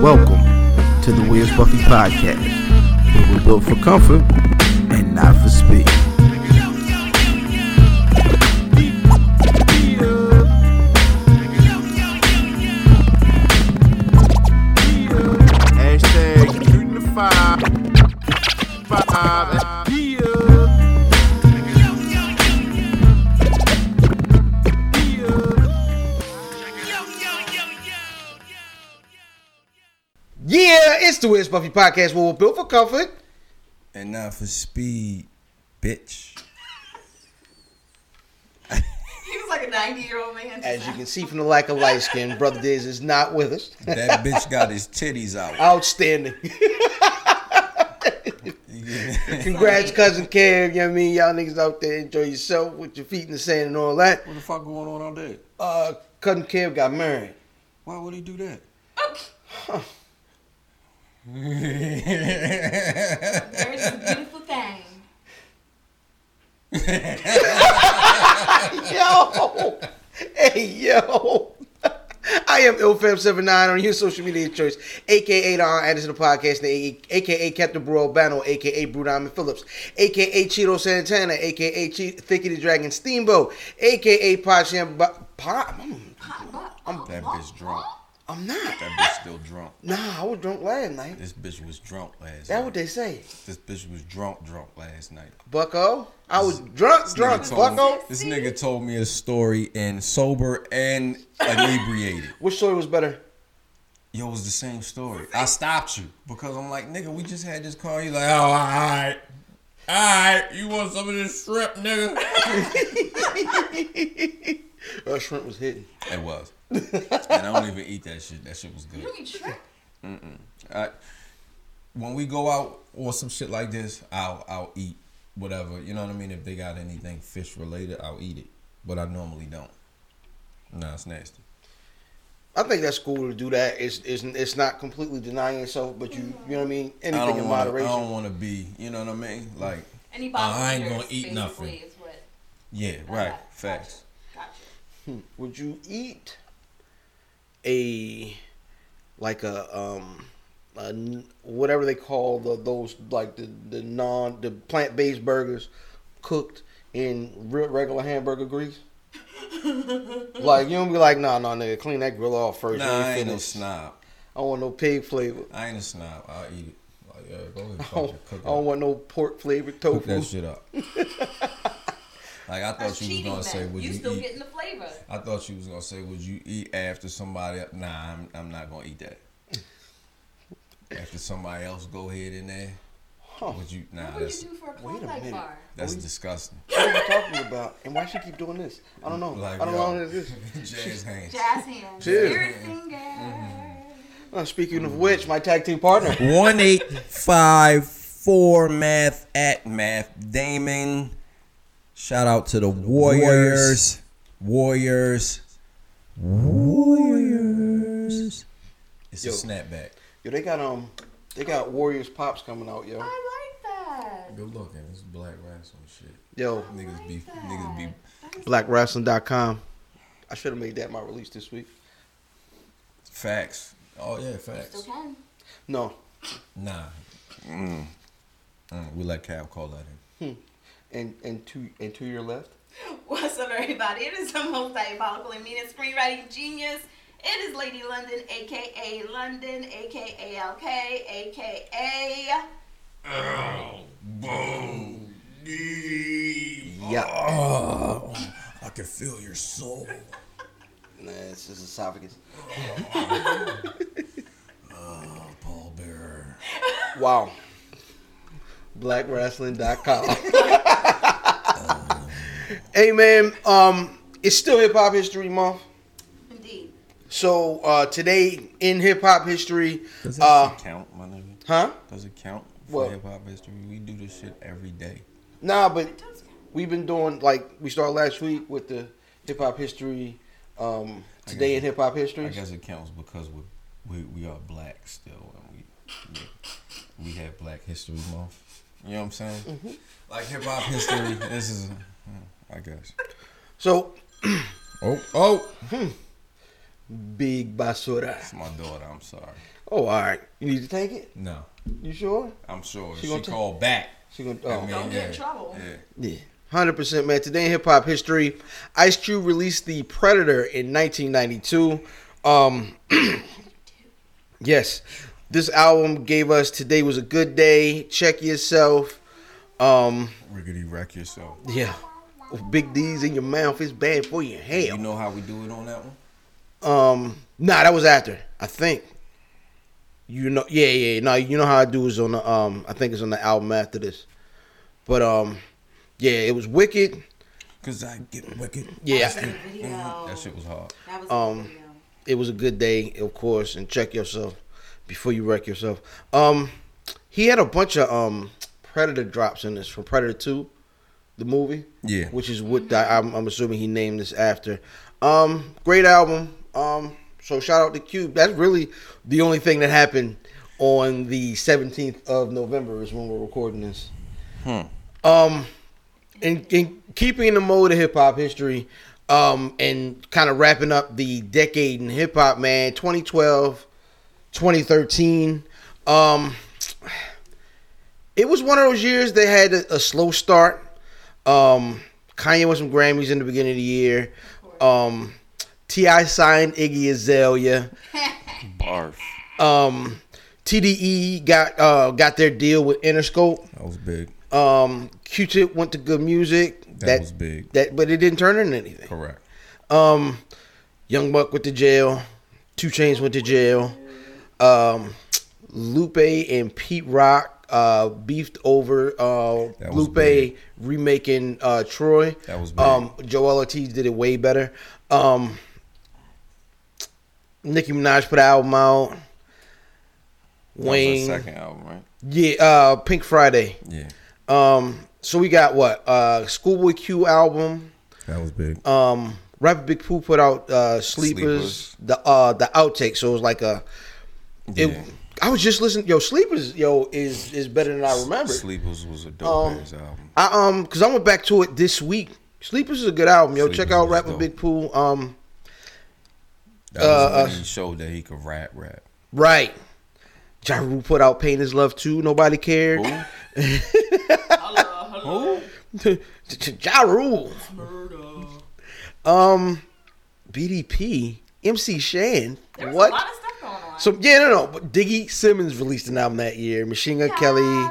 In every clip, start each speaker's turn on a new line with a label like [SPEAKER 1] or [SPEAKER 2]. [SPEAKER 1] Welcome to the Where's Buffy podcast, where we're built for comfort and not for speed. Hashtag shooting the five. Five. Yeah.
[SPEAKER 2] Yeah, it's the Wiz Buffy podcast where we're built for comfort.
[SPEAKER 3] And not for speed, bitch.
[SPEAKER 4] He was like a 90 year old man.
[SPEAKER 2] As you can see from the lack of light skin, Brother Diz is not with us.
[SPEAKER 3] That bitch got his titties out.
[SPEAKER 2] Outstanding. Congrats, cousin Kev. You know what I mean? Y'all niggas out there enjoy yourself with your feet in the sand and all that.
[SPEAKER 3] What the fuck going on out there?
[SPEAKER 2] Uh, cousin Kev got married.
[SPEAKER 3] Why would he do that?
[SPEAKER 4] Marriage is a beautiful thing.
[SPEAKER 2] Yo! Hey, yo! I am IlFam79 on your social media choice, aka Don Anderson the Podcast, and a- aka Captain Bro Albano, aka Brew Diamond Phillips, aka Cheeto Santana, aka che- Thicky the Dragon Steamboat, aka Pacham. Pa- I'm,
[SPEAKER 3] That bitch drunk.
[SPEAKER 2] I'm not.
[SPEAKER 3] That bitch still drunk.
[SPEAKER 2] Nah, I was drunk last night.
[SPEAKER 3] This bitch was drunk last
[SPEAKER 2] That what
[SPEAKER 3] night.
[SPEAKER 2] they say.
[SPEAKER 3] This bitch was drunk, drunk last night.
[SPEAKER 2] Bucko. I was drunk,
[SPEAKER 3] This nigga
[SPEAKER 2] drunk,
[SPEAKER 3] told-
[SPEAKER 2] Bucko.
[SPEAKER 3] This nigga told me a story and sober and inebriated.
[SPEAKER 2] Which story was better?
[SPEAKER 3] Yo, it was the same story. I stopped you because I'm like, nigga, we just had this car. You like, oh, all right. All right, you want some of this shrimp, nigga?
[SPEAKER 2] Uh, shrimp was hitting.
[SPEAKER 3] It was. and I don't even eat that shit. That shit was good.
[SPEAKER 4] You be tripping.
[SPEAKER 3] I, when we go out or some shit like this, I'll I'll eat whatever. You know what I mean? If they got anything fish related, I'll eat it. But I normally don't. Nah, it's nasty.
[SPEAKER 2] I think that's cool to do that. It's it's, it's not completely denying yourself, but you you know what I mean.
[SPEAKER 3] I
[SPEAKER 2] Anything
[SPEAKER 3] don't
[SPEAKER 2] in
[SPEAKER 3] want. I
[SPEAKER 2] moderation.
[SPEAKER 3] don't want to be. You know what I mean? Like,
[SPEAKER 4] Any bottle
[SPEAKER 3] I ain't
[SPEAKER 4] of
[SPEAKER 3] gonna
[SPEAKER 4] yours
[SPEAKER 3] eat
[SPEAKER 4] basically
[SPEAKER 3] nothing.
[SPEAKER 4] Is what,
[SPEAKER 3] yeah, right. Facts.
[SPEAKER 4] gotcha.
[SPEAKER 2] Would you eat a like a um a n whatever they call the those like the the non the plant based burgers cooked in real regular hamburger grease? like you don't be like, nah, nah, nigga, clean that grill off first.
[SPEAKER 3] Nah,
[SPEAKER 2] you
[SPEAKER 3] I ain't no
[SPEAKER 2] finished.
[SPEAKER 3] snob.
[SPEAKER 2] I don't want no pig flavor.
[SPEAKER 3] I ain't a snob. I'll eat it. Like, yeah, go ahead.
[SPEAKER 2] I don't,
[SPEAKER 3] fucking Cook
[SPEAKER 2] I don't
[SPEAKER 3] it.
[SPEAKER 2] want no pork flavored
[SPEAKER 3] Cook that
[SPEAKER 2] tofu.
[SPEAKER 3] shit up. like I
[SPEAKER 4] That's
[SPEAKER 3] thought you was
[SPEAKER 4] cheating.
[SPEAKER 3] gonna say,
[SPEAKER 4] man.
[SPEAKER 3] would
[SPEAKER 4] You,
[SPEAKER 3] you,
[SPEAKER 4] still
[SPEAKER 3] eat?
[SPEAKER 4] getting the flavor.
[SPEAKER 3] I thought you was gonna say, "Would you eat after somebody?" el-" Nah, I'm, I'm not gonna eat that. after somebody else go ahead in there, would you? Nah,
[SPEAKER 4] What would
[SPEAKER 3] that's
[SPEAKER 4] you do for a
[SPEAKER 2] minute.
[SPEAKER 4] cornflake bar?
[SPEAKER 3] that's disgusting.
[SPEAKER 2] What are you talking about? And why she keep doing this? I don't know. I don't
[SPEAKER 3] yo,
[SPEAKER 2] know what this is.
[SPEAKER 3] Jazz hands.
[SPEAKER 4] Jazz hands.
[SPEAKER 2] Cheers.
[SPEAKER 4] You're a singer.
[SPEAKER 3] Mm-hmm.
[SPEAKER 2] Uh, speaking of which, my tag team partner.
[SPEAKER 3] One eight five four math at math Damon. Shout out to the Warriors. Warriors. Warriors. It's
[SPEAKER 2] Yo.
[SPEAKER 3] a snapback.
[SPEAKER 2] Yo, they got um, they got Warriors pops coming out, yo.
[SPEAKER 4] I like that.
[SPEAKER 3] Good looking. It's black wrestling shit.
[SPEAKER 2] Yo,
[SPEAKER 3] Niggas be niggas be
[SPEAKER 2] blackwrestling.com. I should have made that my release this week.
[SPEAKER 3] Facts. Oh yeah,
[SPEAKER 4] Still
[SPEAKER 3] facts.
[SPEAKER 4] can.
[SPEAKER 2] No,
[SPEAKER 3] Nah. Mm. Mm, we let Cal call that in.
[SPEAKER 2] and and two and two year left.
[SPEAKER 4] What's up, everybody? It is the most diabolical and meanest screenwriting genius. It is Lady London, aka London, aka LK, aka.
[SPEAKER 3] Boom.
[SPEAKER 2] Yeah,
[SPEAKER 3] Oh, I can feel your soul.
[SPEAKER 2] nah, it's just esophagus.
[SPEAKER 3] Paul Bearer.
[SPEAKER 2] Wow. Blackwrestling.com. hey man, um, it's still Hip Hop History Month.
[SPEAKER 4] Indeed.
[SPEAKER 2] So uh, today in hip hop history,
[SPEAKER 3] Does that
[SPEAKER 2] uh,
[SPEAKER 3] shit count, my nigga?
[SPEAKER 2] huh?
[SPEAKER 3] Does it count
[SPEAKER 2] What?
[SPEAKER 3] for hip hop history? We do this shit every day.
[SPEAKER 2] Nah, but
[SPEAKER 4] It does count.
[SPEAKER 2] we've been doing like we started last week with the hip hop history. Um, today in hip hop history.
[SPEAKER 3] I guess it counts because we we we are black still, and we we, we have Black History Month. You know what I'm saying?
[SPEAKER 2] Mm-hmm.
[SPEAKER 3] Like hip hop history. this is, mm, I guess.
[SPEAKER 2] So
[SPEAKER 3] Oh, oh.
[SPEAKER 2] Big basura.
[SPEAKER 3] It's my daughter. I'm sorry.
[SPEAKER 2] Oh, all right. You need to take it.
[SPEAKER 3] No,
[SPEAKER 2] You sure?
[SPEAKER 3] I'm sure.
[SPEAKER 2] She
[SPEAKER 3] She,
[SPEAKER 2] gonna take-
[SPEAKER 3] called back.
[SPEAKER 2] She gonna.
[SPEAKER 3] I
[SPEAKER 2] Oh.
[SPEAKER 3] mean,
[SPEAKER 4] Don't get in trouble.
[SPEAKER 3] Yeah.
[SPEAKER 2] Yeah. 100% man. Today in hip hop history, Ice Cube released The Predator in 1992. Um Yes. This album gave us Today was a good day, Check Yourself. Um
[SPEAKER 3] Riggedy wreck yourself.
[SPEAKER 2] yeah. Big D's in your mouth is bad for
[SPEAKER 3] You
[SPEAKER 2] your hair.
[SPEAKER 3] know how we do it on that one?
[SPEAKER 2] Um nah, that was after. I think you know yeah, yeah, no, you know how I do is on the um I think it's on the album after this. But um yeah, it was wicked.
[SPEAKER 3] Cause I get wicked.
[SPEAKER 2] Yeah.
[SPEAKER 3] That's it.
[SPEAKER 4] Video.
[SPEAKER 3] Mhm. That shit was hard.
[SPEAKER 4] That was
[SPEAKER 2] Um,
[SPEAKER 4] a video.
[SPEAKER 2] it was a good day, of course, and check yourself before you wreck yourself. Um, he had a bunch of um Predator drops in this from Predator Two, the movie,
[SPEAKER 3] Yeah.
[SPEAKER 2] which is what the, I'm, I'm assuming he named this after. Um, great album. Um, so shout out to Cube. That's really the only thing that happened on the 17th of November is when we're recording this.
[SPEAKER 3] Hmm.
[SPEAKER 2] Um, in, in keeping in the mode of hip hop history, um, and kind of wrapping up the decade in hip hop, man, 2012, 2013. Um, it was one of those years that had a, a slow start. Um, Kanye won some Grammys in the beginning of the year. Um, T.I. signed Iggy Azalea.
[SPEAKER 3] Barf.
[SPEAKER 2] Um, TDE got uh, got their deal with Interscope.
[SPEAKER 3] That was big.
[SPEAKER 2] Um, Q-Tip went to good music.
[SPEAKER 3] That, was big.
[SPEAKER 2] That, but it didn't turn into anything.
[SPEAKER 3] Correct.
[SPEAKER 2] Um, Young Buck went to jail. Two Chains went to jail. Um, Lupe and Pete Rock uh, beefed over uh,
[SPEAKER 3] That was
[SPEAKER 2] Lupe
[SPEAKER 3] big.
[SPEAKER 2] remaking uh, Troy.
[SPEAKER 3] That was big.
[SPEAKER 2] Um, Joel Ortiz did it way better. Um, Nicki Minaj put an album out.
[SPEAKER 3] That was
[SPEAKER 2] Wayne,
[SPEAKER 3] our second album, right?
[SPEAKER 2] yeah, uh, Pink Friday.
[SPEAKER 3] Yeah.
[SPEAKER 2] Um, so we got what? Uh, Schoolboy Q album.
[SPEAKER 3] That was big.
[SPEAKER 2] um rapper big poo put out uh sleepers,
[SPEAKER 3] Sleepers.
[SPEAKER 2] the uh the outtake so it was like a it,
[SPEAKER 3] Yeah.
[SPEAKER 2] i was just listening yo sleepers yo is is better than i remember
[SPEAKER 3] Sleepers was a dope
[SPEAKER 2] Um,
[SPEAKER 3] ass album.
[SPEAKER 2] i um because i went back to it this week sleepers is a good album yo check
[SPEAKER 3] Sleepers
[SPEAKER 2] out
[SPEAKER 3] is
[SPEAKER 2] rapper
[SPEAKER 3] dope.
[SPEAKER 2] big poo um
[SPEAKER 3] That was
[SPEAKER 2] uh,
[SPEAKER 3] when he showed that he could rap rap.
[SPEAKER 2] right Ja Rule put out Pain is Love too. Nobody cared.
[SPEAKER 3] Who?
[SPEAKER 4] Hello, hello.
[SPEAKER 2] ja Rule.
[SPEAKER 4] Murder.
[SPEAKER 2] Um, BDP. MC Shan.
[SPEAKER 4] There was
[SPEAKER 2] what?
[SPEAKER 4] a lot of stuff going on.
[SPEAKER 2] So yeah, no, no. But Diggy Simmons released an album that year. Machine Gun Kelly,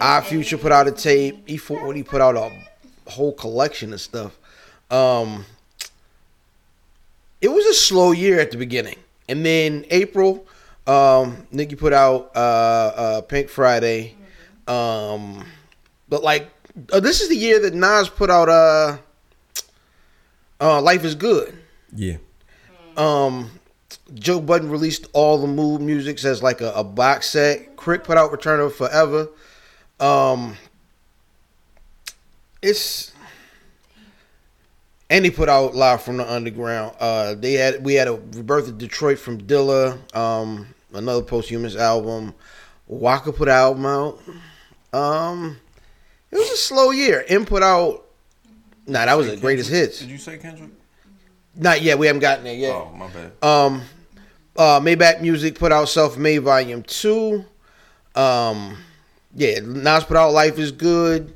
[SPEAKER 2] Our Future put out a tape. E Forty put out a whole collection of stuff. Um, it was a slow year at the beginning, and then April, um, Nicki put out uh, uh, Pink Friday. Um, but like, uh, this is the year that Nas put out uh, uh, Life Is Good.
[SPEAKER 3] Yeah.
[SPEAKER 2] Um, Joe Budden released all the Move music as like a, a box set. Crick put out Return of Forever. Um, it's and he put out Live from the Underground. Uh, they had we had a Rebirth of Detroit from Dilla. Um, another posthumous album. Waka put an album out. Um, it was a slow year. And put out. Nah, that was the greatest hits.
[SPEAKER 3] Did you say Kendrick?
[SPEAKER 2] Not yet. We haven't gotten there yet.
[SPEAKER 3] Oh, my bad.
[SPEAKER 2] Um, uh, Maybach Music put out Self Made Volume 2. Um, yeah, Nas put out Life is Good.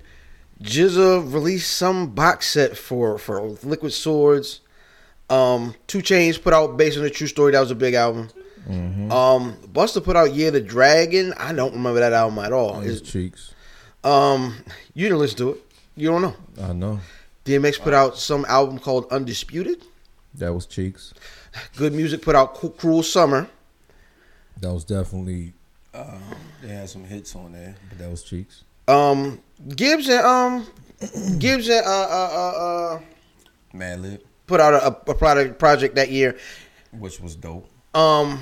[SPEAKER 2] Jizza released some box set for, for Liquid Swords. Um, Two Chains put out Based on a True Story. That was a big album.
[SPEAKER 3] Mm-hmm.
[SPEAKER 2] Um, Buster put out Year the Dragon. I don't remember that album at all.
[SPEAKER 3] His
[SPEAKER 2] It's-
[SPEAKER 3] cheeks.
[SPEAKER 2] um, you didn't listen to it. You don't know.
[SPEAKER 3] I know.
[SPEAKER 2] DMX put out some album called Undisputed.
[SPEAKER 3] That was cheeks.
[SPEAKER 2] Good Music put out Cru- Cruel Summer.
[SPEAKER 3] That was definitely. Um, they had some hits on there, but that was cheeks.
[SPEAKER 2] Um, Gibbs and um, Gibbs and uh, uh, uh, uh
[SPEAKER 3] Mad Lib,
[SPEAKER 2] put out a, a product project that year.
[SPEAKER 3] which was dope.
[SPEAKER 2] Um,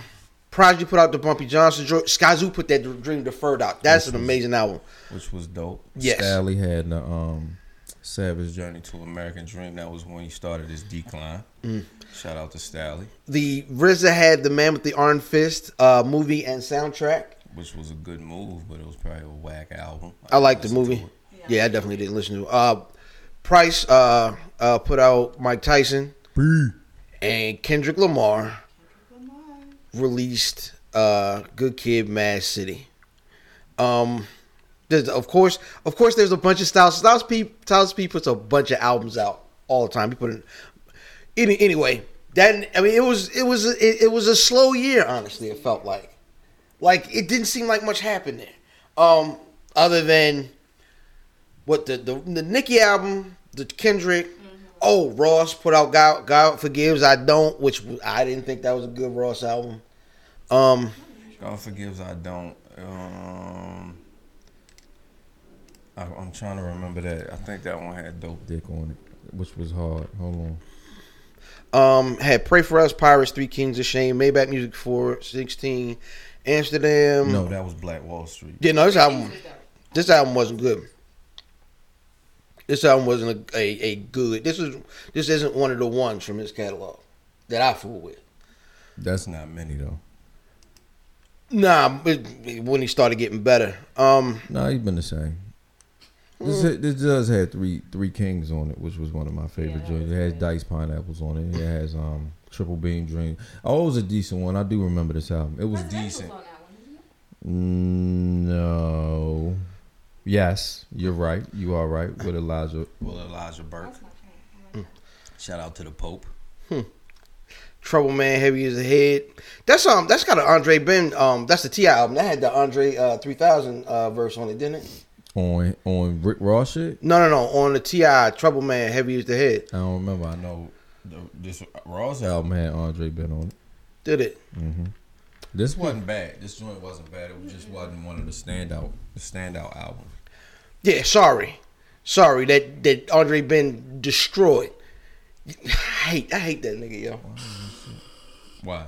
[SPEAKER 2] Project put out the Bumpy Johnson. joint. Skyzoo put that Dream Deferred out. That's an amazing album.
[SPEAKER 3] Which was dope.
[SPEAKER 2] Yes.
[SPEAKER 3] Stally had the um, Savage Journey to American Dream. That was when he started his decline.
[SPEAKER 2] Mm.
[SPEAKER 3] Shout out to Stally,
[SPEAKER 2] The RZA had the Man with the Iron Fist uh, movie and soundtrack.
[SPEAKER 3] which was a good move, but it was probably a whack album.
[SPEAKER 2] I like the
[SPEAKER 3] listened to
[SPEAKER 2] movie.
[SPEAKER 3] it.
[SPEAKER 2] Yeah. I definitely didn't listen to. It. Uh, Price uh, uh, put out Mike Tyson and Kendrick Lamar. released uh, Good Kid, Mad City. Um, there's of course, of course, there's a bunch of styles. Styles P, Styles P puts a bunch of albums out all the time. He put in, any, anyway. That I mean, it was it was it, it was a slow year. Honestly, it felt like like it didn't seem like much happened there, um, other than what the the, the Nicki album, the Kendrick. Oh, Ross put out God, God forgives I don't, which I didn't think that was a good Ross album. Um,
[SPEAKER 3] God forgives I don't. Um, I, I'm trying to remember that. I think that one had dope dick on it, which was hard. Hold on.
[SPEAKER 2] Um, had Pray for Us, Pirates, Three Kings of Shame, Maybach Music Four, Sixteen, Amsterdam.
[SPEAKER 3] No, that was Black Wall Street.
[SPEAKER 2] yeah, no, this album, this album wasn't good. This album wasn't a, a, a good. This is this isn't one of the ones from his catalog that I fool with.
[SPEAKER 3] That's not many though.
[SPEAKER 2] Nah, it, when he started getting better. Um,
[SPEAKER 3] No, he's been the same. This, this does have three three kings on it, which was one of my favorite
[SPEAKER 4] that
[SPEAKER 3] joints.
[SPEAKER 4] was
[SPEAKER 3] It has
[SPEAKER 4] good.
[SPEAKER 3] Dice Pineapples on it. It has um Triple Beam Dream. Oh, it was a decent one. I do remember this album. It was decent. Mm, No. Yes, you're right. You are right with Elijah. Well, Elijah Burke. Shout out to the Pope.
[SPEAKER 2] Trouble Man, Heavy as a Head. That's um, that's got an Andre Ben. Um, that's the Ti album. That had the Andre uh, three thousand uh, verse on it, didn't it?
[SPEAKER 3] On on Rick Ross shit.
[SPEAKER 2] No, no, no. On the Ti Trouble Man, Heavy as the Head.
[SPEAKER 3] I don't remember. I know the, this Ross album had Andre been on it.
[SPEAKER 2] Did it?
[SPEAKER 3] This wasn't bad. This joint wasn't bad. It just wasn't one of the standout the standout albums.
[SPEAKER 2] Yeah, sorry, sorry that that Andre Ben destroyed. I hate I hate that nigga, yo.
[SPEAKER 3] Why?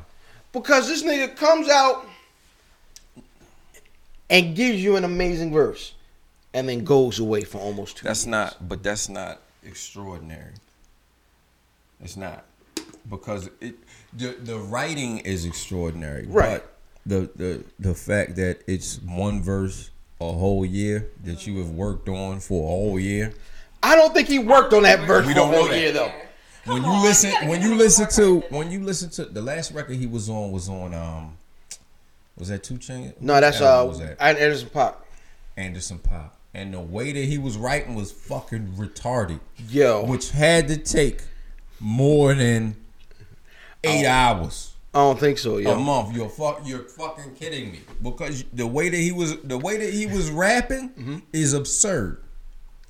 [SPEAKER 2] Because this nigga comes out and gives you an amazing verse, and then goes away for almost two.
[SPEAKER 3] That's
[SPEAKER 2] years.
[SPEAKER 3] not. But that's not extraordinary. It's not because it the the writing is extraordinary.
[SPEAKER 2] Right.
[SPEAKER 3] But the the the fact that it's one verse a whole year that you have worked on for a whole year.
[SPEAKER 2] I don't think he worked on that verse
[SPEAKER 3] We
[SPEAKER 2] for a
[SPEAKER 3] don't know
[SPEAKER 2] whole
[SPEAKER 3] that.
[SPEAKER 2] year though.
[SPEAKER 3] when you listen when you listen to when you listen to the last record he was on was on um was that two chain
[SPEAKER 2] No, that's
[SPEAKER 3] What was
[SPEAKER 2] uh,
[SPEAKER 3] that?
[SPEAKER 2] I Anderson Pop.
[SPEAKER 3] anderson pop and the way that he was writing was fucking retarded
[SPEAKER 2] Yo,
[SPEAKER 3] which had to take more than eight hours
[SPEAKER 2] I don't think so,
[SPEAKER 3] a
[SPEAKER 2] yo.
[SPEAKER 3] month you're fuck you're fucking kidding me because the way that he was the way that he was rapping is absurd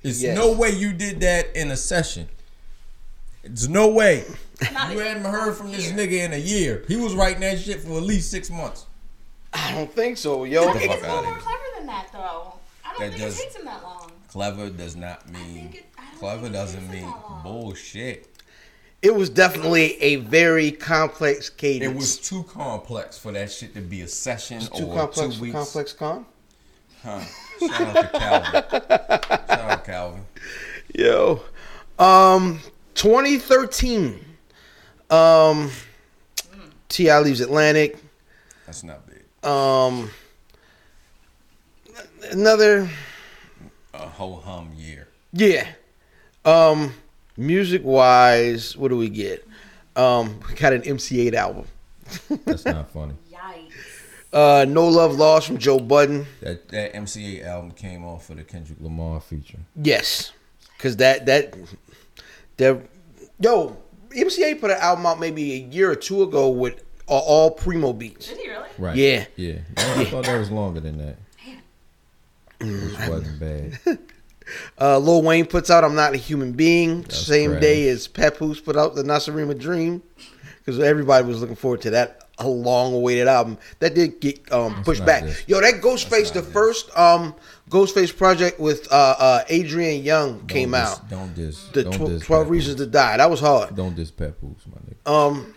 [SPEAKER 3] it's
[SPEAKER 2] Yes.
[SPEAKER 3] no way you did that in a session it's no way
[SPEAKER 4] Not
[SPEAKER 3] you
[SPEAKER 4] even
[SPEAKER 3] hadn't heard from this
[SPEAKER 4] here.
[SPEAKER 3] nigga in a year. He was writing that shit for at least six months.
[SPEAKER 2] I don't think so, yo.
[SPEAKER 3] the
[SPEAKER 4] I think it's a
[SPEAKER 3] fuck outta
[SPEAKER 4] little more
[SPEAKER 3] here.
[SPEAKER 4] clever than that, though. I
[SPEAKER 3] That
[SPEAKER 4] don't think it
[SPEAKER 3] does-
[SPEAKER 4] takes him that long.
[SPEAKER 3] Clever does not
[SPEAKER 4] think
[SPEAKER 3] mean
[SPEAKER 4] it- I don't
[SPEAKER 3] clever
[SPEAKER 4] think it
[SPEAKER 3] doesn't
[SPEAKER 4] takes
[SPEAKER 3] mean
[SPEAKER 4] that long.
[SPEAKER 3] bullshit.
[SPEAKER 2] It was definitely a very complex cadence.
[SPEAKER 3] It was too complex for that shit to be a session
[SPEAKER 2] too
[SPEAKER 3] or
[SPEAKER 2] complex.
[SPEAKER 3] two
[SPEAKER 2] for
[SPEAKER 3] weeks.
[SPEAKER 2] complex con.
[SPEAKER 3] Huh. Shout out to Calvin. Shout out Calvin.
[SPEAKER 2] Yo. Um 2013. Um T.I. leaves Atlantic.
[SPEAKER 3] That's not big.
[SPEAKER 2] Um another
[SPEAKER 3] A whole hum year.
[SPEAKER 2] yeah. Um music wise, what do we get? Um we got an MC8 album.
[SPEAKER 3] That's not funny.
[SPEAKER 4] Yikes.
[SPEAKER 2] Uh No Love Lost from Joe Budden.
[SPEAKER 3] That that MCA album came off for the Kendrick Lamar feature.
[SPEAKER 2] Yes. Cause that that that yo, MC8 put an album out maybe a year or two ago with uh, all primo beats.
[SPEAKER 4] Did he really?
[SPEAKER 3] Right.
[SPEAKER 2] Yeah.
[SPEAKER 3] Yeah. I thought that was longer than that.
[SPEAKER 2] Mm.
[SPEAKER 3] Which wasn't bad.
[SPEAKER 2] Uh, Lil Wayne puts out "I'm Not a Human Being" same
[SPEAKER 3] trash.
[SPEAKER 2] day as Papoose put out the Nasarima Dream, because everybody was looking forward to that a long-awaited album that did get um, pushed
[SPEAKER 3] not
[SPEAKER 2] back.
[SPEAKER 3] this.
[SPEAKER 2] Yo, that Ghostface,
[SPEAKER 3] not
[SPEAKER 2] the
[SPEAKER 3] this.
[SPEAKER 2] first um, Ghostface project with uh, uh, Adrian Young came
[SPEAKER 3] Don't diss-
[SPEAKER 2] out.
[SPEAKER 3] Don't diss.
[SPEAKER 2] The
[SPEAKER 3] don't
[SPEAKER 2] tw-
[SPEAKER 3] diss
[SPEAKER 2] Twelve
[SPEAKER 3] Papoose.
[SPEAKER 2] Reasons to Die. That was hard.
[SPEAKER 3] Don't diss Papoose, my nigga.
[SPEAKER 2] Um,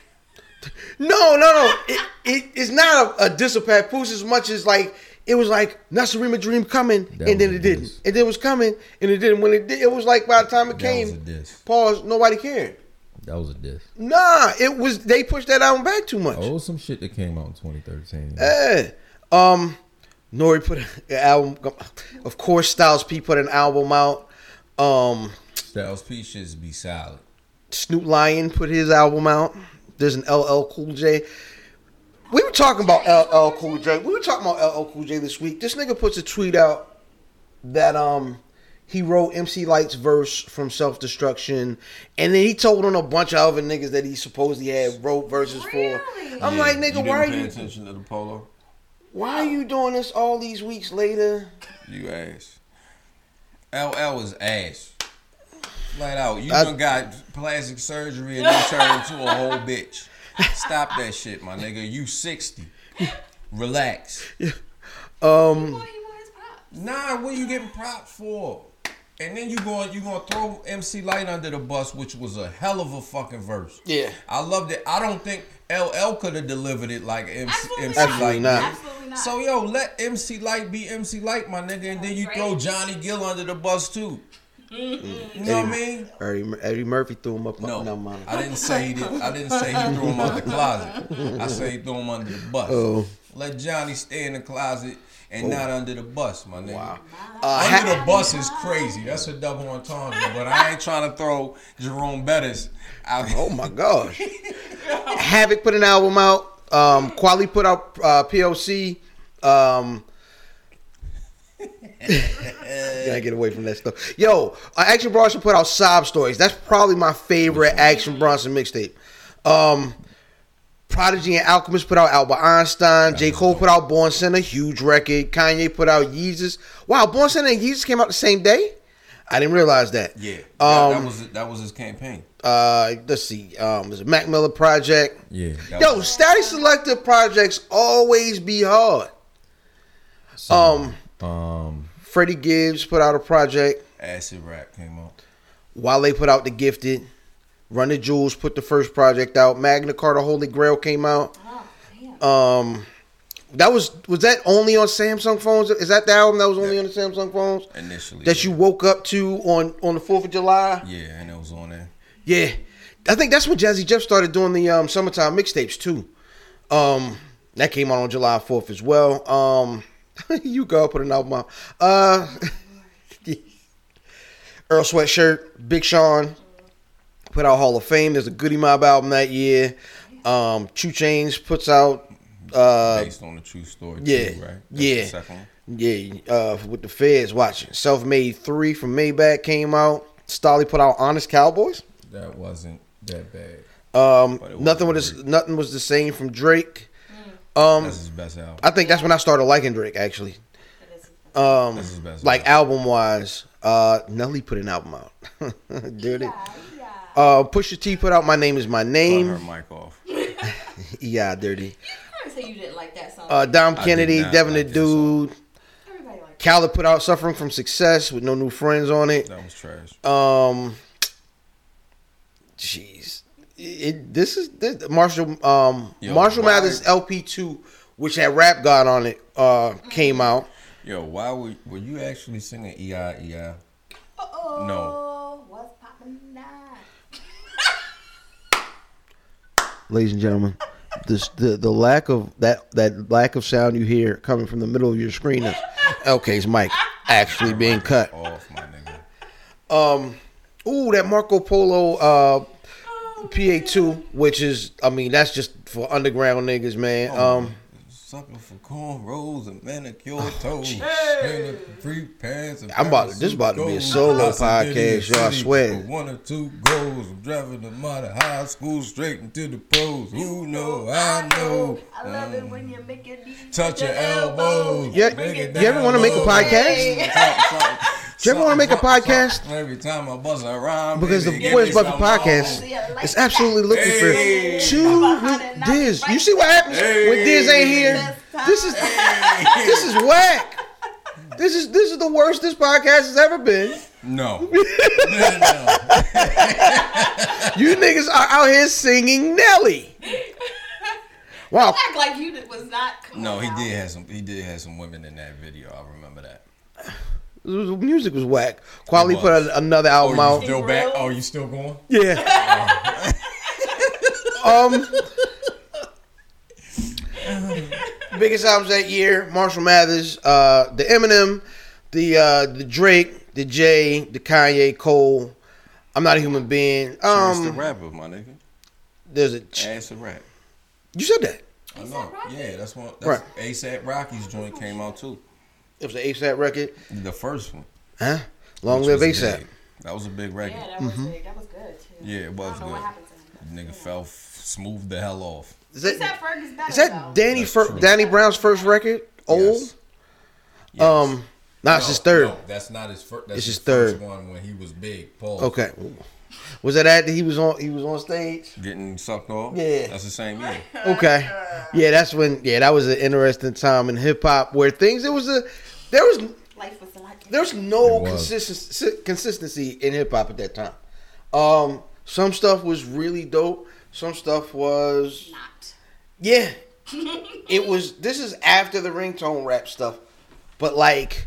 [SPEAKER 2] no, no, no. It, it, it's not a, a diss of Papoose as much as like it was like Nasarima Dream coming,
[SPEAKER 3] That
[SPEAKER 2] and then
[SPEAKER 3] was a
[SPEAKER 2] it didn't,
[SPEAKER 3] diss.
[SPEAKER 2] and then it was coming, and it didn't. When it did, it was like by the time it
[SPEAKER 3] That
[SPEAKER 2] came,
[SPEAKER 3] was a diss.
[SPEAKER 2] pause. Nobody cared.
[SPEAKER 3] That was a diss.
[SPEAKER 2] Nah, it was they pushed that album back too much.
[SPEAKER 3] Oh, some shit that came out in 2013.
[SPEAKER 2] Yeah. Um, Nori put an album. Of course, Styles P put an album out. Um,
[SPEAKER 3] Styles P should be solid.
[SPEAKER 2] Snoop Lion put his album out. There's an LL Cool J. We were talking about LL Cool J. We were talking about LL Cool J this week. This nigga puts a tweet out that um he wrote MC Light's verse from Self Destruction, and then he told on a bunch of other niggas that he supposedly had wrote verses
[SPEAKER 4] Really?
[SPEAKER 2] for. I'm
[SPEAKER 3] Yeah,
[SPEAKER 2] like,
[SPEAKER 3] you
[SPEAKER 2] nigga,
[SPEAKER 3] didn't
[SPEAKER 2] why are
[SPEAKER 3] pay
[SPEAKER 2] you
[SPEAKER 3] attention to the polo?
[SPEAKER 2] why are you doing this all these weeks later?
[SPEAKER 3] You ass. LL is ass. Flat out. You
[SPEAKER 2] I-
[SPEAKER 3] done got plastic surgery and you turned into a whole bitch. Stop that shit, my nigga. You 60. Relax.
[SPEAKER 2] Um,
[SPEAKER 4] Boy, he won his props.
[SPEAKER 3] Nah, what you getting props for? And then you going you gonna throw MC Light under the bus, which was a hell of a fucking verse.
[SPEAKER 2] Yeah.
[SPEAKER 3] I loved it. I don't think LL could have delivered it like MC,
[SPEAKER 4] Absolutely
[SPEAKER 3] MC
[SPEAKER 4] not.
[SPEAKER 3] Light.
[SPEAKER 2] Absolutely not.
[SPEAKER 3] did.
[SPEAKER 4] Absolutely not.
[SPEAKER 3] So yo, let MC Light be MC Light, my nigga, and then you throw Johnny Gill under the bus too. You know what I mean?
[SPEAKER 2] Eddie, Mur- Eddie Murphy threw him up.
[SPEAKER 3] No,
[SPEAKER 2] no man.
[SPEAKER 3] I didn't say he did. I didn't say he threw him out the closet. I say he threw him under the bus.
[SPEAKER 2] Oh.
[SPEAKER 3] Let Johnny stay in the closet and not under the bus, my nigga.
[SPEAKER 2] Wow.
[SPEAKER 3] under the bus is crazy. That's a double entendre. But I ain't trying to throw Jerome Bettis out.
[SPEAKER 2] Oh my gosh. Havoc put an album out. Um, Quali put out uh, POC. Um, gotta get away from that stuff. Yo, uh, Action Bronson put out Sob Stories. That's probably my favorite Action Bronson mixtape. Um, Prodigy and Alchemist put out Albert Einstein. J. Cole put out Born Sinner, huge record. Kanye put out Yeezus. Wow, Born Sinner and Yeezus came out the same day? I didn't realize that.
[SPEAKER 3] Yeah, that, that
[SPEAKER 2] Um,
[SPEAKER 3] was that was his campaign.
[SPEAKER 2] uh, let's see, um, there's a Mac Miller project.
[SPEAKER 3] Yeah, that
[SPEAKER 2] Yo,
[SPEAKER 3] was-
[SPEAKER 2] static selective projects always be hard. Um,
[SPEAKER 3] um,
[SPEAKER 2] Freddie Gibbs put out a project.
[SPEAKER 3] acid rap came out.
[SPEAKER 2] Wale put out The Gifted. Run the Jewels put the first project out. Magna Carta Holy Grail came out.
[SPEAKER 4] Oh, damn.
[SPEAKER 2] Um, that was was that only on Samsung phones? Is that the album that was only on the Samsung phones
[SPEAKER 3] initially.
[SPEAKER 2] that you woke up to on on the Fourth of July?
[SPEAKER 3] Yeah, and it was on there.
[SPEAKER 2] Yeah, I think that's when Jazzy Jeff started doing the um, summertime mixtapes too. Um, that came out on July fourth as well. Um, you go put an album out. Uh, Earl Sweatshirt, Big Sean put out Hall of Fame. There's a Goody Mob album that year. Um, Two Chains puts out. Uh,
[SPEAKER 3] based on a true story.
[SPEAKER 2] yeah,
[SPEAKER 3] too, right? That's
[SPEAKER 2] yeah.
[SPEAKER 3] The second one.
[SPEAKER 2] yeah, uh, with the feds watching. Self Made 3 from Maybach came out. Stolly put out Honest Cowboys.
[SPEAKER 3] That wasn't that bad.
[SPEAKER 2] Um,
[SPEAKER 3] But it
[SPEAKER 2] nothing
[SPEAKER 3] wasn't
[SPEAKER 2] was
[SPEAKER 3] Drake.
[SPEAKER 2] nothing was the same from Drake. Um,
[SPEAKER 3] That's his best album.
[SPEAKER 2] I think that's when I started liking Drake actually.
[SPEAKER 4] That is-
[SPEAKER 2] Um,
[SPEAKER 3] That's his best.
[SPEAKER 2] like
[SPEAKER 3] album.
[SPEAKER 2] album wise, uh, Nelly put an album out. Dude, it.
[SPEAKER 4] Yeah, yeah.
[SPEAKER 2] Uh, Pusha T put out "My Name Is My
[SPEAKER 3] Turn
[SPEAKER 2] Name."
[SPEAKER 3] her mic off.
[SPEAKER 2] Yeah, dirty.
[SPEAKER 4] I didn't say you didn't like that song.
[SPEAKER 2] Uh, Dom
[SPEAKER 3] I did
[SPEAKER 2] Kennedy,
[SPEAKER 3] not
[SPEAKER 2] Devin
[SPEAKER 3] like
[SPEAKER 2] the
[SPEAKER 3] this song.
[SPEAKER 2] Dude,
[SPEAKER 4] Everybody liked it.
[SPEAKER 2] Khaled put out "Suffering from Success" with no new friends on it.
[SPEAKER 3] That was trash.
[SPEAKER 2] Um, jeez, it, this is this, Marshall. Um,
[SPEAKER 3] Yo,
[SPEAKER 2] Marshall
[SPEAKER 3] why-
[SPEAKER 2] Mathers LP two, which had Rap God on it, uh, came out.
[SPEAKER 3] Yo, why were were you actually singing E EI EI?
[SPEAKER 4] Uh-oh.
[SPEAKER 3] No.
[SPEAKER 4] What's poppin' now?
[SPEAKER 2] Ladies and gentlemen, this the the lack of that that lack of sound you hear coming from the middle of your screen is LK's mic actually being cut.
[SPEAKER 3] Off, my nigga.
[SPEAKER 2] Um, ooh, that Marco Polo uh. PA2, which is, I mean, that's just for underground niggas, man.
[SPEAKER 3] Oh,
[SPEAKER 2] Um,
[SPEAKER 3] Sucking for cornrows and manicure toes. Hey. Free pants and
[SPEAKER 2] Ah, I'm about to- this about to be a solo podcast, y'all, I swear.
[SPEAKER 3] With one or two goals. I'm driving them out of high school straight into the pros. Who know? I know.
[SPEAKER 4] I love it when you make your knees
[SPEAKER 3] Uh, Touch
[SPEAKER 4] with
[SPEAKER 3] your elbows.
[SPEAKER 2] Yeah,
[SPEAKER 3] Bring it
[SPEAKER 2] you ever
[SPEAKER 3] down
[SPEAKER 2] wanna make a
[SPEAKER 3] low.
[SPEAKER 2] podcast? Do you ever wanna make a podcast?
[SPEAKER 3] Every time I bust a rhyme,
[SPEAKER 2] because
[SPEAKER 3] baby,
[SPEAKER 2] the
[SPEAKER 3] give me
[SPEAKER 2] Boys Buffy
[SPEAKER 3] some
[SPEAKER 2] podcast
[SPEAKER 3] more.
[SPEAKER 2] is absolutely looking for
[SPEAKER 3] Hey.
[SPEAKER 2] two Diz. You see what happens when Diz ain't here? This is this is whack. This is this is the worst this podcast has ever been.
[SPEAKER 3] No. no, no, no.
[SPEAKER 2] You niggas are out here singing Nelly. Wow,
[SPEAKER 4] Act like you did- was not. come
[SPEAKER 3] No,
[SPEAKER 4] on
[SPEAKER 3] he
[SPEAKER 4] now.
[SPEAKER 3] did have some. He did have some women in that video. I remember that.
[SPEAKER 2] the music was whack. Quali
[SPEAKER 3] It was.
[SPEAKER 2] put a, another album
[SPEAKER 3] Oh,
[SPEAKER 2] out.
[SPEAKER 3] you still back? Oh, you still going?
[SPEAKER 2] Yeah. um. biggest albums that year: Marshall Mathers, uh, the Eminem, the uh, the Drake, the Jay, the Kanye, Cole. I'm not a human being.
[SPEAKER 3] Chance the
[SPEAKER 2] Um,
[SPEAKER 3] rapper, my nigga.
[SPEAKER 2] there's a. Ch-
[SPEAKER 3] Ass a rap.
[SPEAKER 2] you said that.
[SPEAKER 3] I
[SPEAKER 4] A$AP
[SPEAKER 3] know.
[SPEAKER 4] Rocky.
[SPEAKER 3] Yeah, that's one. That's
[SPEAKER 2] Right.
[SPEAKER 3] ASAP Rocky's joint came out too.
[SPEAKER 2] It was the ASAP record.
[SPEAKER 3] The first one.
[SPEAKER 2] Huh? Long
[SPEAKER 3] which
[SPEAKER 2] live
[SPEAKER 3] was
[SPEAKER 2] ASAP.
[SPEAKER 3] big. That was a big record.
[SPEAKER 4] Yeah, that was
[SPEAKER 2] Mm-hmm.
[SPEAKER 4] big. That was good too.
[SPEAKER 3] Yeah, it was
[SPEAKER 4] I don't know
[SPEAKER 3] good.
[SPEAKER 4] what happened to him. but,
[SPEAKER 3] Nigga
[SPEAKER 4] you know.
[SPEAKER 3] fell, f- smoothed the hell off.
[SPEAKER 2] Is
[SPEAKER 4] He said
[SPEAKER 2] that,
[SPEAKER 4] Ferg is better.
[SPEAKER 2] is that
[SPEAKER 4] though.
[SPEAKER 2] Danny
[SPEAKER 3] That's
[SPEAKER 2] Fir-
[SPEAKER 3] true.
[SPEAKER 2] Danny Brown's first record? Old?
[SPEAKER 3] Yes. Yes.
[SPEAKER 2] Um, no, it's his third.
[SPEAKER 3] No, that's not his first. That's
[SPEAKER 2] It's
[SPEAKER 3] his,
[SPEAKER 2] his third.
[SPEAKER 3] first one when he was big. Paul.
[SPEAKER 2] Okay. Was that that he was on? He was on stage.
[SPEAKER 3] Getting sucked off.
[SPEAKER 2] Yeah.
[SPEAKER 3] That's the same year.
[SPEAKER 2] Okay. Yeah, that's when. Yeah, that was an interesting time in hip hop where things. It was a. There was
[SPEAKER 4] Life was a lot. different.
[SPEAKER 2] there's no
[SPEAKER 3] It was.
[SPEAKER 2] consistency consistency in hip hop at that time. Um, some stuff was really dope. Some stuff was
[SPEAKER 4] not.
[SPEAKER 2] yeah. it was. This is after the ringtone rap stuff, but like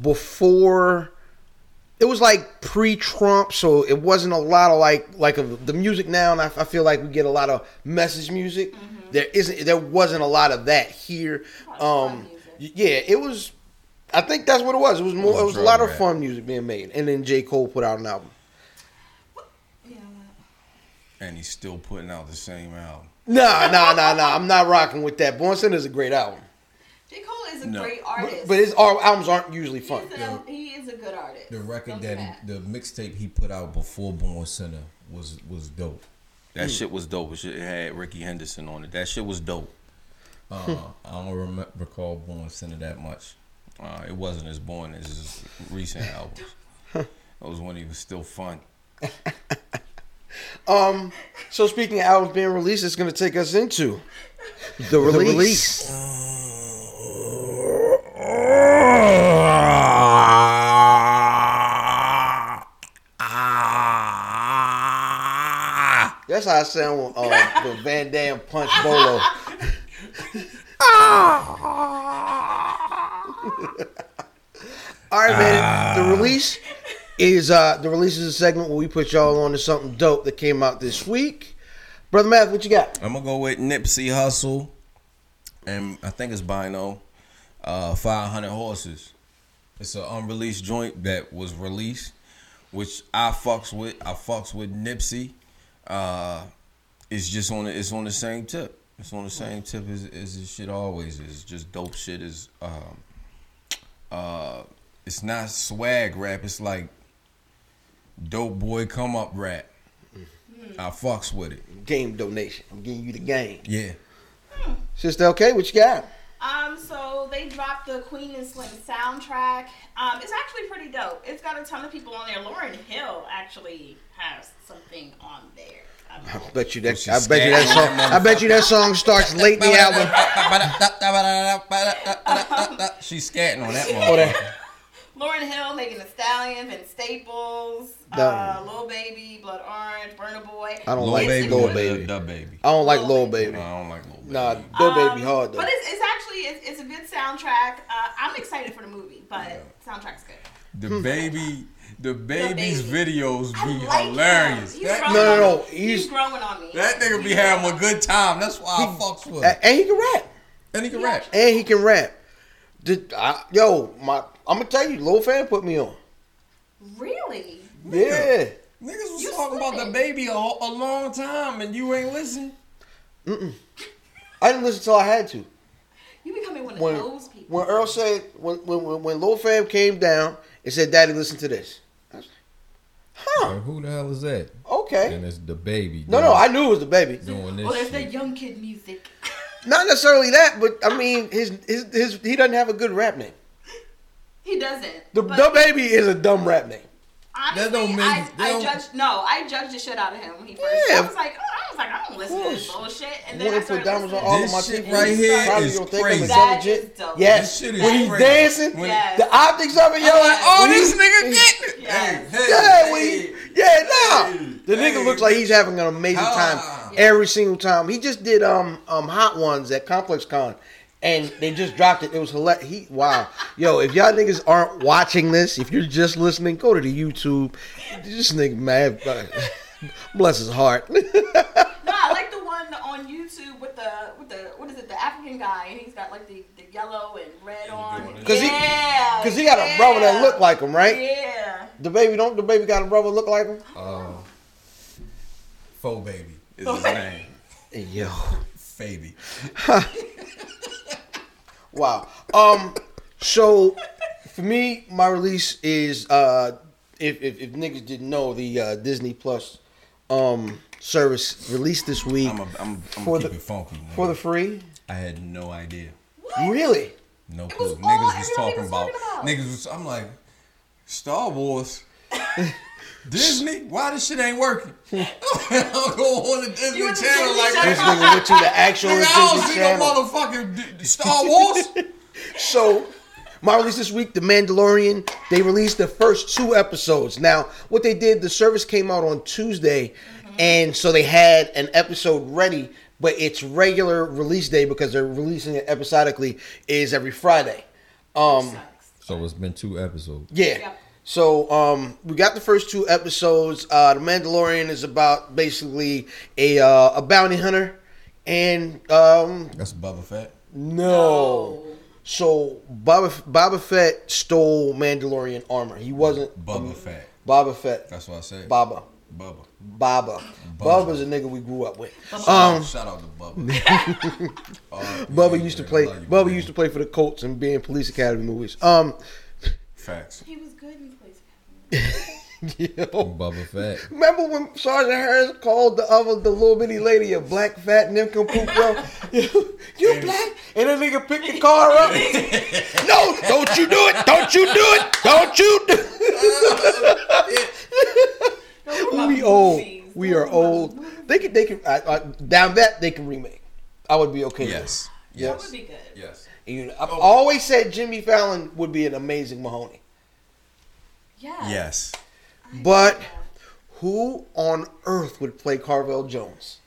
[SPEAKER 2] before. It was like pre-Trump, so it wasn't a lot of like like of the music now, and I, I feel like we get a lot of message music. There isn't, there wasn't a lot of that here.
[SPEAKER 4] A lot of
[SPEAKER 2] Um,
[SPEAKER 4] Mm-hmm. fun
[SPEAKER 2] y- yeah, it was. I think that's what it was. It was more.
[SPEAKER 3] was
[SPEAKER 2] It was a
[SPEAKER 3] drug
[SPEAKER 2] lot of
[SPEAKER 3] rap.
[SPEAKER 2] fun music being made, and then J. Cole put out an album.
[SPEAKER 4] You know what?
[SPEAKER 3] And he's still putting out the same album.
[SPEAKER 2] Nah, nah, nah, nah. I'm not rocking with that. Born Sinner is a great album,
[SPEAKER 4] J Cole is a
[SPEAKER 3] No.
[SPEAKER 4] great
[SPEAKER 2] but,
[SPEAKER 4] artist.
[SPEAKER 2] but his al- albums aren't usually fun.
[SPEAKER 4] He's a, he is a good artist.
[SPEAKER 3] The
[SPEAKER 4] Don't
[SPEAKER 3] record
[SPEAKER 4] do
[SPEAKER 3] that,
[SPEAKER 4] that.
[SPEAKER 3] the mixtape he put out before Born Center was was dope. That shit was dope. It shit- it had Ricky Henderson on it. That shit was dope. Uh, I don't rem- recall Born Center that much. Uh, it wasn't as born as his recent albums. That was when he was still fun.
[SPEAKER 2] Um, so speaking of albums being released, it's going to take us into the release. That's how I sound when, uh, when Van Damme punched Bolo. All right, man. The release is uh, the release is a segment where we put y'all on to something dope that came out this week. Brother Math, what you got?
[SPEAKER 3] I'm gonna go with Nipsey Hussle, and I think it's Bino. Uh, 500 horses. It's an unreleased joint that was released, which I fucks with. I fucks with Nipsey. Uh, it's just on. The, it's on the same tip. It's on the same tip as, as this shit always is. Just dope shit is. Um, uh, it's not swag rap. It's like dope boy come up rap. I fucks with it.
[SPEAKER 2] Game donation. I'm giving you the game.
[SPEAKER 3] Yeah.
[SPEAKER 2] Sister LK, what you got?
[SPEAKER 4] Um, so they dropped the Queen and Slim soundtrack. Um, it's actually pretty dope. It's got a ton of people on there. Lauren Hill actually has something on there. Um,
[SPEAKER 2] I bet you that.
[SPEAKER 3] She
[SPEAKER 2] I bet you that
[SPEAKER 3] scared
[SPEAKER 2] song.
[SPEAKER 3] that
[SPEAKER 2] I bet you that song starts late in the album.
[SPEAKER 3] She's scatting on that
[SPEAKER 2] Oh,
[SPEAKER 3] motherfucker.
[SPEAKER 2] that-
[SPEAKER 4] Lauren Hill, Megan Thee Stallion, Vince Staples, uh,
[SPEAKER 2] Done.
[SPEAKER 4] Lil Baby, Blood Orange, Burna Boy.
[SPEAKER 2] I don't
[SPEAKER 3] Lil
[SPEAKER 2] like
[SPEAKER 3] baby,
[SPEAKER 2] Lil
[SPEAKER 3] or
[SPEAKER 2] Baby.
[SPEAKER 3] Da baby.
[SPEAKER 2] I don't like
[SPEAKER 4] Lil
[SPEAKER 2] Lil
[SPEAKER 4] Baby.
[SPEAKER 2] Baby.
[SPEAKER 3] No, I don't like little baby.
[SPEAKER 2] Nah, Lil Baby
[SPEAKER 4] Um,
[SPEAKER 2] hard though.
[SPEAKER 4] But it's, it's actually it's, it's a good soundtrack. Uh, I'm excited for the movie, but soundtrack's good.
[SPEAKER 3] the baby, the baby's
[SPEAKER 4] baby.
[SPEAKER 3] videos
[SPEAKER 4] I
[SPEAKER 3] be
[SPEAKER 4] like him.
[SPEAKER 3] hilarious.
[SPEAKER 4] He's
[SPEAKER 3] That,
[SPEAKER 4] growing
[SPEAKER 2] No, no,
[SPEAKER 4] on
[SPEAKER 2] no,
[SPEAKER 4] me.
[SPEAKER 2] he's-
[SPEAKER 4] He's, growing on me.
[SPEAKER 3] that nigga be having a good time. That's why I fucks with him.
[SPEAKER 2] A- and he can rap.
[SPEAKER 3] And he can rap.
[SPEAKER 2] And he can rap. Did I, yo, my I'm gonna tell you, Lil Fan put me on.
[SPEAKER 4] Really?
[SPEAKER 2] Yeah.
[SPEAKER 3] Niggas was
[SPEAKER 4] You
[SPEAKER 3] talking about
[SPEAKER 4] slipping.
[SPEAKER 3] the baby a, a long time and you ain't listen.
[SPEAKER 2] I didn't listen till I had to.
[SPEAKER 4] You becoming one of
[SPEAKER 2] When
[SPEAKER 4] those people.
[SPEAKER 2] when Earl said when when when, when Lil Fam came down and said, Daddy, listen to this. I was like,
[SPEAKER 3] who the hell is that?
[SPEAKER 2] Huh, okay.
[SPEAKER 3] it's the baby.
[SPEAKER 2] No, no, I knew it was the baby.
[SPEAKER 3] doing
[SPEAKER 4] oh, there's that young kid music.
[SPEAKER 2] Not necessarily that, but I mean his his, his he doesn't have a good rap name.
[SPEAKER 4] he doesn't.
[SPEAKER 2] The,
[SPEAKER 4] but
[SPEAKER 2] the baby is a dumb rap name.
[SPEAKER 4] honestly,
[SPEAKER 3] That don't make-
[SPEAKER 4] I,
[SPEAKER 3] that
[SPEAKER 4] I
[SPEAKER 3] don't-
[SPEAKER 4] judged. No, I judged the shit out of him when he first.
[SPEAKER 2] Yeah.
[SPEAKER 4] I was like, oh, I was like, I don't listen to this
[SPEAKER 2] Course.
[SPEAKER 4] bullshit. And then
[SPEAKER 2] Wanna
[SPEAKER 4] I
[SPEAKER 2] put
[SPEAKER 4] started
[SPEAKER 2] diamonds on
[SPEAKER 4] listening.
[SPEAKER 2] all
[SPEAKER 3] This
[SPEAKER 2] of my
[SPEAKER 3] shit
[SPEAKER 2] teeth.
[SPEAKER 3] right
[SPEAKER 2] You
[SPEAKER 3] here
[SPEAKER 2] probably
[SPEAKER 3] is
[SPEAKER 2] don't think I'm
[SPEAKER 3] crazy.
[SPEAKER 4] That
[SPEAKER 2] intelligent.
[SPEAKER 4] is dope.
[SPEAKER 3] This
[SPEAKER 2] Yes,
[SPEAKER 3] shit is
[SPEAKER 2] when he's
[SPEAKER 3] crazy.
[SPEAKER 2] dancing,
[SPEAKER 3] When-
[SPEAKER 4] Yes.
[SPEAKER 2] the optics of it, yo,
[SPEAKER 3] I'm like, oh,
[SPEAKER 2] when he-
[SPEAKER 3] this nigga getting it.
[SPEAKER 4] Yes.
[SPEAKER 3] Hey, hey,
[SPEAKER 2] Yeah, when
[SPEAKER 3] hey.
[SPEAKER 2] he, yeah, nah. The
[SPEAKER 3] Hey,
[SPEAKER 2] nigga looks like he's having an amazing
[SPEAKER 3] Ah.
[SPEAKER 2] time every single time. He just did um um hot ones at Complex Con, and they just dropped it. It was hilarious. He wow, yo, if y'all niggas aren't watching this, if you're just listening, go to the YouTube. This nigga mad, but- bless his heart.
[SPEAKER 4] No, I like the one on YouTube with the with the what is it? The African guy, and he's got like the, the yellow and red on.
[SPEAKER 3] doing it.
[SPEAKER 2] Cause he-
[SPEAKER 4] yeah,
[SPEAKER 2] Cause he got a brother that look like him, right?
[SPEAKER 4] Yeah.
[SPEAKER 2] The baby don't. The baby got a brother look like him.
[SPEAKER 3] Uh, Faux Baby is
[SPEAKER 4] Faux
[SPEAKER 3] his
[SPEAKER 4] Baby.
[SPEAKER 3] name.
[SPEAKER 2] Yo,
[SPEAKER 3] baby.
[SPEAKER 2] Wow. Um. So, for me, my release is uh, if if, if niggas didn't know, the uh, Disney Plus um service released this week
[SPEAKER 3] I'm a, I'm, I'm
[SPEAKER 2] For
[SPEAKER 3] keep
[SPEAKER 2] the-
[SPEAKER 3] it funky. Man.
[SPEAKER 2] for the free.
[SPEAKER 3] I had no idea.
[SPEAKER 4] What?
[SPEAKER 2] Really?
[SPEAKER 3] No
[SPEAKER 4] It
[SPEAKER 3] clue.
[SPEAKER 4] was all
[SPEAKER 3] niggas was
[SPEAKER 4] everybody
[SPEAKER 3] talking
[SPEAKER 4] was
[SPEAKER 3] about,
[SPEAKER 4] talking about.
[SPEAKER 3] niggas was. I'm like, Star Wars, Disney. Why this shit ain't working? I'll go on the Disney
[SPEAKER 4] You went to
[SPEAKER 3] Channel
[SPEAKER 4] Disney
[SPEAKER 3] like
[SPEAKER 2] This
[SPEAKER 4] Channel.
[SPEAKER 3] this.
[SPEAKER 2] nigga went to the actual
[SPEAKER 3] Nigga, I don't
[SPEAKER 2] Disney
[SPEAKER 3] see
[SPEAKER 2] Channel.
[SPEAKER 3] no motherfucking D- D- Star Wars.
[SPEAKER 2] So, my release this week, The Mandalorian, they released the first two episodes. Now, what they did, the service came out on Tuesday, and so they had an episode ready, but its regular release day, because they're releasing it episodically, is every Friday. Um,
[SPEAKER 4] Sucks.
[SPEAKER 3] so it's been two episodes.
[SPEAKER 2] yeah.
[SPEAKER 4] Yep.
[SPEAKER 2] So um, we got the first two episodes. Uh, the Mandalorian is about basically a uh, a bounty hunter, and um,
[SPEAKER 3] That's Boba Fett.
[SPEAKER 2] no. So Boba Boba Fett stole Mandalorian armor. He wasn't
[SPEAKER 3] Bubba Fett.
[SPEAKER 2] Boba Fett.
[SPEAKER 3] That's what I said.
[SPEAKER 2] Baba.
[SPEAKER 3] Bubba.
[SPEAKER 2] Baba.
[SPEAKER 3] Bubba.
[SPEAKER 2] Baba's a nigga we grew up with.
[SPEAKER 3] Shout,
[SPEAKER 2] Um,
[SPEAKER 3] out, Oh, shout out to Bubba.
[SPEAKER 2] Bubba used to play. Bubba used to play for the Colts and be in Police Academy movies. Um,
[SPEAKER 3] Facts.
[SPEAKER 4] He was good in place.
[SPEAKER 2] yo.
[SPEAKER 3] Bubba Fett.
[SPEAKER 2] remember when Sergeant Harris called the other the little bitty lady a black fat nincompoop, bro? you you black? And that nigga picked the car up. no, don't you do it! Don't you do it! Don't you do it!
[SPEAKER 4] Those were my
[SPEAKER 2] we old.
[SPEAKER 4] movies.
[SPEAKER 2] We
[SPEAKER 4] Those
[SPEAKER 2] are
[SPEAKER 4] were my
[SPEAKER 2] old.
[SPEAKER 4] movies.
[SPEAKER 2] They could. They could. I, I, down that they can remake. I would be okay. with
[SPEAKER 3] Yes.
[SPEAKER 4] That
[SPEAKER 3] Yes.
[SPEAKER 4] would be good.
[SPEAKER 3] Yes.
[SPEAKER 2] it. You know, I've always said Jimmy Fallon would be an amazing Mahoney,
[SPEAKER 4] Yeah.
[SPEAKER 3] Yes.
[SPEAKER 2] but who on earth would play Carvel Jones?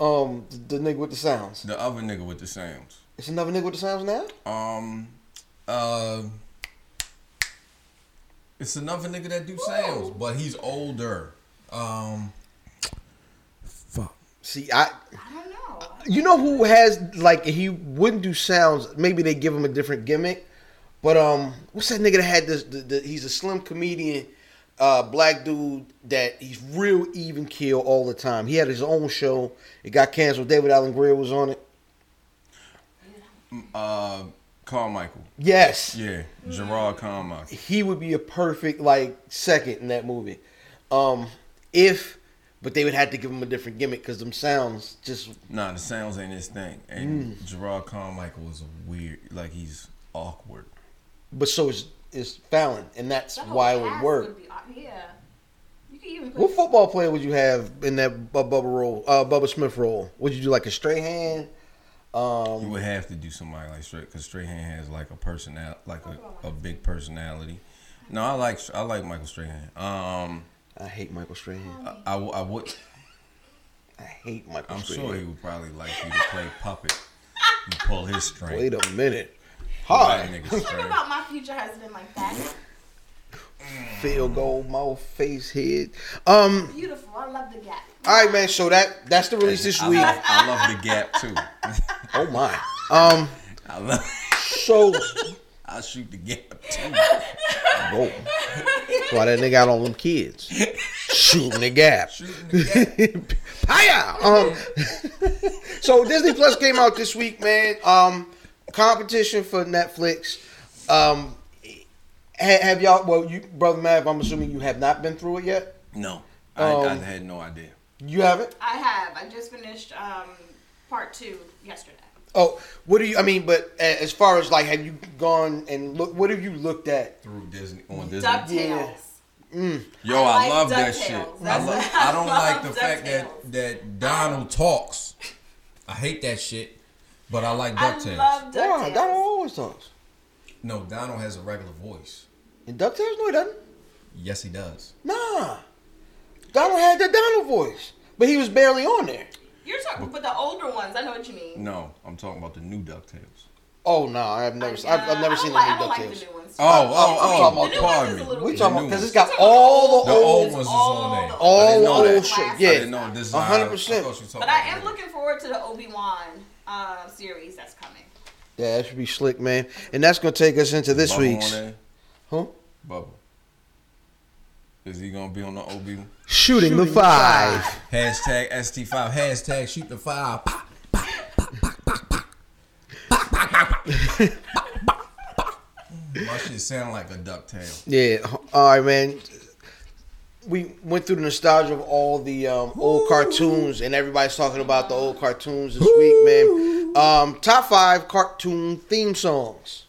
[SPEAKER 2] Um, the, the nigga with the sounds.
[SPEAKER 3] The other nigga with the sounds.
[SPEAKER 2] It's another nigga with the sounds now.
[SPEAKER 3] Um. Uh. It's another nigga that do sounds, but he's older. Um. Fuck.
[SPEAKER 2] See, I.
[SPEAKER 4] I don't know.
[SPEAKER 2] You know who has like he wouldn't do sounds. Maybe they give him a different gimmick. But um, what's that nigga that had this? The, the, he's a slim comedian, uh, black dude that he's real even keel all the time. He had his own show. It got canceled. David Allen Greer was on it.
[SPEAKER 3] Uh. Carmichael.
[SPEAKER 2] Yes,
[SPEAKER 3] Yeah. Gerard Carmichael.
[SPEAKER 2] he would be a perfect like second in that movie. Um, if but they would have to give him a different gimmick because them sounds just
[SPEAKER 3] Nah, the sounds ain't his thing. And
[SPEAKER 2] Mm.
[SPEAKER 3] Gerard Carmichael is a weird. Like he's awkward.
[SPEAKER 2] but so is is Fallon and that's
[SPEAKER 4] The whole
[SPEAKER 2] why it would
[SPEAKER 4] cast
[SPEAKER 2] work.
[SPEAKER 4] be aw- yeah. You could even put.
[SPEAKER 2] What football player would you have in that Bu- Bubba role, uh, Bubba Smith role? Would you do like a straight hand? Um,
[SPEAKER 3] You would have to do somebody like straight because Strahan has like a personal, like a, a big personality. No, I like I like Michael Strahan. Um,
[SPEAKER 2] I hate Michael Strahan.
[SPEAKER 3] I, I, w- I would.
[SPEAKER 2] I hate Michael
[SPEAKER 3] I'm
[SPEAKER 2] Strahan.
[SPEAKER 3] sure he would probably like you to play puppet. You pull his string.
[SPEAKER 2] Wait a minute.
[SPEAKER 3] That
[SPEAKER 2] Hi.
[SPEAKER 3] nigga's
[SPEAKER 4] Talking
[SPEAKER 3] string.
[SPEAKER 4] about my future husband like that.
[SPEAKER 2] Field goal, mouth, face, head. Um.
[SPEAKER 4] Beautiful. I love the gap.
[SPEAKER 2] All right, man. So that that's the release this
[SPEAKER 3] I
[SPEAKER 2] week.
[SPEAKER 3] love, I love the gap too.
[SPEAKER 2] Oh my. Um.
[SPEAKER 3] I love.
[SPEAKER 2] So.
[SPEAKER 3] I shoot the gap too.
[SPEAKER 2] Whoa. Why that nigga got all them kids shooting the gap?
[SPEAKER 3] Shooting the gap.
[SPEAKER 2] Hiya. Um, so Disney Plus came out this week, man. Um, competition for Netflix. Um, ha- have y'all? Well, you, brother Mav, I'm assuming you have not been through it yet.
[SPEAKER 3] No, I, I
[SPEAKER 2] Um,
[SPEAKER 3] had no idea.
[SPEAKER 2] You haven't.
[SPEAKER 4] I have. I just finished um, part two yesterday.
[SPEAKER 2] Oh, what do you? I mean, but a- as far as like, have you gone and look? What have you looked at?
[SPEAKER 3] Through Disney on Disney.
[SPEAKER 4] DuckTales.
[SPEAKER 3] Yo, I,
[SPEAKER 4] like
[SPEAKER 3] love that
[SPEAKER 4] DuckTales.
[SPEAKER 3] shit. I,
[SPEAKER 4] That's-
[SPEAKER 3] love,
[SPEAKER 4] I
[SPEAKER 3] I don't like the
[SPEAKER 4] love
[SPEAKER 3] fact that
[SPEAKER 4] DuckTales.
[SPEAKER 3] that Donald talks. I hate that shit, but I like
[SPEAKER 4] I
[SPEAKER 3] DuckTales.
[SPEAKER 4] love
[SPEAKER 2] Wow,
[SPEAKER 4] DuckTales.
[SPEAKER 2] Donald always talks.
[SPEAKER 3] no, Donald has a regular voice.
[SPEAKER 2] And Ducktales? No, he doesn't.
[SPEAKER 3] Yes, he does.
[SPEAKER 2] Nah. Donald had the Donald voice, but he was barely on there.
[SPEAKER 4] You're talking, but the older ones. I know what you mean.
[SPEAKER 3] No, I'm talking about the new DuckTales.
[SPEAKER 2] Oh no, I've never, I've, I've
[SPEAKER 4] I
[SPEAKER 2] never
[SPEAKER 4] don't
[SPEAKER 2] seen
[SPEAKER 4] like,
[SPEAKER 2] the
[SPEAKER 4] I
[SPEAKER 2] new
[SPEAKER 4] don't like the
[SPEAKER 2] Ducktales.
[SPEAKER 4] new ones.
[SPEAKER 3] Oh,
[SPEAKER 2] talking
[SPEAKER 3] oh,
[SPEAKER 2] about
[SPEAKER 3] oh!
[SPEAKER 2] the
[SPEAKER 4] new
[SPEAKER 3] Pardon
[SPEAKER 4] ones
[SPEAKER 3] me.
[SPEAKER 4] is a little
[SPEAKER 2] We
[SPEAKER 4] The
[SPEAKER 2] talking
[SPEAKER 3] new
[SPEAKER 2] about because
[SPEAKER 3] ones.
[SPEAKER 2] it's got
[SPEAKER 4] Talking about
[SPEAKER 2] all the
[SPEAKER 4] the
[SPEAKER 3] The
[SPEAKER 2] old.
[SPEAKER 3] old
[SPEAKER 4] old-
[SPEAKER 3] ones is
[SPEAKER 4] all
[SPEAKER 3] on there. I didn't
[SPEAKER 4] the
[SPEAKER 2] old-
[SPEAKER 3] know
[SPEAKER 2] all
[SPEAKER 3] that.
[SPEAKER 2] old shit,
[SPEAKER 3] I didn't
[SPEAKER 2] yeah.
[SPEAKER 3] know this. is
[SPEAKER 2] A
[SPEAKER 3] how-
[SPEAKER 2] hundred
[SPEAKER 3] I
[SPEAKER 2] percent.
[SPEAKER 3] thought you were talking
[SPEAKER 4] But I
[SPEAKER 3] about
[SPEAKER 4] am
[SPEAKER 3] the-
[SPEAKER 4] looking forward to the Obi Wan uh, series that's coming.
[SPEAKER 2] Yeah, that should be slick, man. And that's gonna take us into this
[SPEAKER 3] Bubba
[SPEAKER 2] week's.
[SPEAKER 3] on there.
[SPEAKER 2] Huh?
[SPEAKER 3] Bubba. Is he gonna be on the OB?
[SPEAKER 2] Shooting, the five.
[SPEAKER 3] Hashtag ST5. Hashtag shoot the five. Pop. My shit sound like a ducktail.
[SPEAKER 2] Yeah. All right, man. We went through the nostalgia of all the um, old cartoons, and everybody's talking about the old cartoons this week, man. Um, top five cartoon theme songs.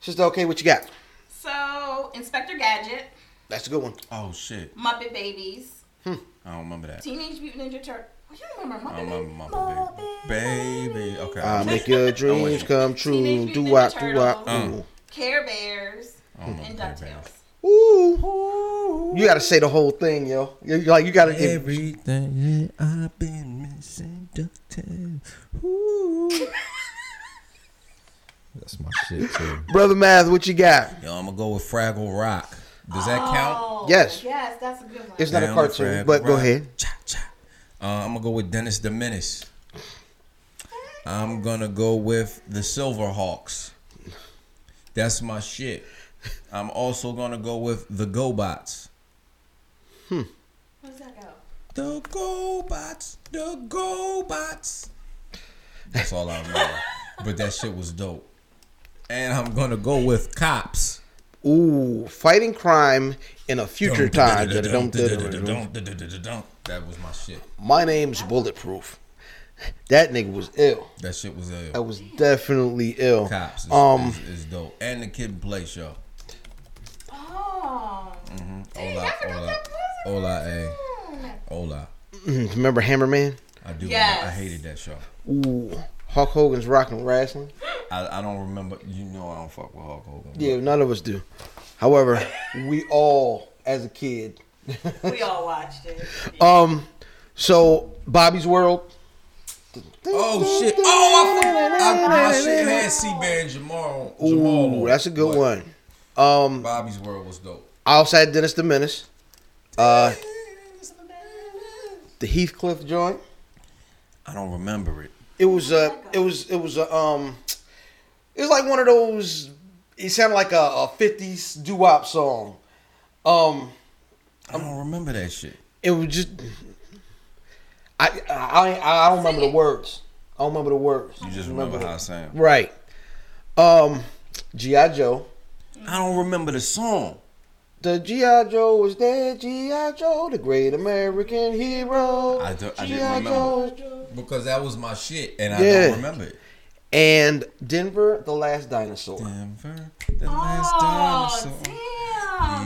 [SPEAKER 2] Sister, okay, what you got?
[SPEAKER 4] So, Inspector Gadget,
[SPEAKER 2] That's a good one.
[SPEAKER 3] Oh shit!
[SPEAKER 4] Muppet Babies,
[SPEAKER 3] I don't remember that.
[SPEAKER 4] Teenage Mutant Ninja Turtle. You remember
[SPEAKER 3] I
[SPEAKER 4] Muppet
[SPEAKER 3] don't
[SPEAKER 4] Babies?
[SPEAKER 3] remember Muppet Baby. Baby. Okay.
[SPEAKER 2] I make your dreams come true.
[SPEAKER 4] Teenage
[SPEAKER 2] Do
[SPEAKER 4] Mutant
[SPEAKER 2] wop,
[SPEAKER 4] Ninja
[SPEAKER 2] do wop,
[SPEAKER 4] Turtles.
[SPEAKER 2] ooh.
[SPEAKER 4] Care Bears,
[SPEAKER 3] I don't
[SPEAKER 4] and
[SPEAKER 3] remember Care Bears.
[SPEAKER 4] DuckTales.
[SPEAKER 2] Ooh. You gotta say the whole thing, yo. You, you- like you gotta.
[SPEAKER 3] Everything I've been missing, DuckTales. Ooh. That's my shit too.
[SPEAKER 2] Brother Math, what you got?
[SPEAKER 3] Yo, I'm gonna go with Fraggle Rock. Does that count?
[SPEAKER 4] Oh,
[SPEAKER 2] Yes.
[SPEAKER 4] Yes, that's a good one.
[SPEAKER 2] It's not a
[SPEAKER 3] Down with
[SPEAKER 2] cartoon,
[SPEAKER 3] Fraggle
[SPEAKER 2] but go
[SPEAKER 3] Rock.
[SPEAKER 2] ahead.
[SPEAKER 3] Cha cha. Uh, I'm gonna go with Dennis the Menace. I'm gonna go with the Silverhawks. That's my shit. I'm also gonna go with the GoBots.
[SPEAKER 4] Where does that go?
[SPEAKER 3] The GoBots. The GoBots. That's all I remember. but that shit was dope. And I'm gonna go with Cops.
[SPEAKER 2] Ooh, fighting crime in a future time.
[SPEAKER 3] That was my shit.
[SPEAKER 2] My name's Bulletproof. That nigga was ill.
[SPEAKER 3] That shit was ill.
[SPEAKER 2] That was definitely ill.
[SPEAKER 3] Cops is,
[SPEAKER 2] Um,
[SPEAKER 3] is, is dope. And the Kid and Play show.
[SPEAKER 4] Oh.
[SPEAKER 2] Mm-hmm.
[SPEAKER 4] Dang,
[SPEAKER 3] Hola,
[SPEAKER 4] I forgot
[SPEAKER 3] hola,
[SPEAKER 4] that was
[SPEAKER 3] hola, eh.
[SPEAKER 4] a cartoon.
[SPEAKER 3] Hola.
[SPEAKER 2] mm, remember Hammerman?
[SPEAKER 3] I do.
[SPEAKER 4] Yes.
[SPEAKER 3] I hated that show.
[SPEAKER 2] Ooh, Hulk Hogan's Rockin' Wrestling.
[SPEAKER 3] I, I don't remember. You know I don't fuck with Hulk Hogan.
[SPEAKER 2] Yeah, none of us do. However, we all, as a kid,
[SPEAKER 4] We all watched it.
[SPEAKER 2] um, so Bobby's World.
[SPEAKER 3] Oh shit! Oh, I, forgot. I, my shit had C Band Jamal. on- Jamal on
[SPEAKER 2] Ooh,
[SPEAKER 3] it,
[SPEAKER 2] that's a good
[SPEAKER 3] but
[SPEAKER 2] one. Um,
[SPEAKER 3] Bobby's World was dope.
[SPEAKER 2] outside Dennis the Menace. Uh, the Heathcliff joint.
[SPEAKER 3] I don't remember it.
[SPEAKER 2] It was a. It was. It was a. Um. It was like one of those. It sounded like a, a '50s doo wop song. Um.
[SPEAKER 3] I don't remember that shit.
[SPEAKER 2] It was just. I I I don't remember the words. I don't remember the words.
[SPEAKER 3] You just remember how it
[SPEAKER 2] the-
[SPEAKER 3] sounded.
[SPEAKER 2] right. Um, GI Joe.
[SPEAKER 3] I don't remember the song.
[SPEAKER 2] The GI Joe was there. GI Joe, the great American hero.
[SPEAKER 3] I don't- I didn't
[SPEAKER 2] G.I.
[SPEAKER 3] remember.
[SPEAKER 2] Joe.
[SPEAKER 3] Because that was my shit, and I
[SPEAKER 2] Yeah.
[SPEAKER 3] don't remember it.
[SPEAKER 2] And Denver, the last dinosaur.
[SPEAKER 3] Denver, the last
[SPEAKER 4] Oh,
[SPEAKER 3] dinosaur.
[SPEAKER 4] damn.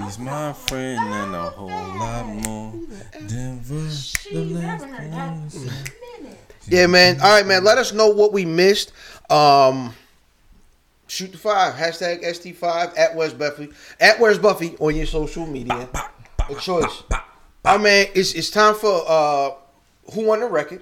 [SPEAKER 3] He's my friend and a whole lot more. Denver, the
[SPEAKER 4] Jeez, I
[SPEAKER 3] last
[SPEAKER 4] haven't heard that in
[SPEAKER 3] dinosaur.
[SPEAKER 4] a minute.
[SPEAKER 2] Yeah, man. All right, man. Let us know what we missed. Um, shoot the five. Hashtag ST5 at West Buffy. At Where's Buffy on your social media. A choice. I mean, it's it's time for uh, who won the record.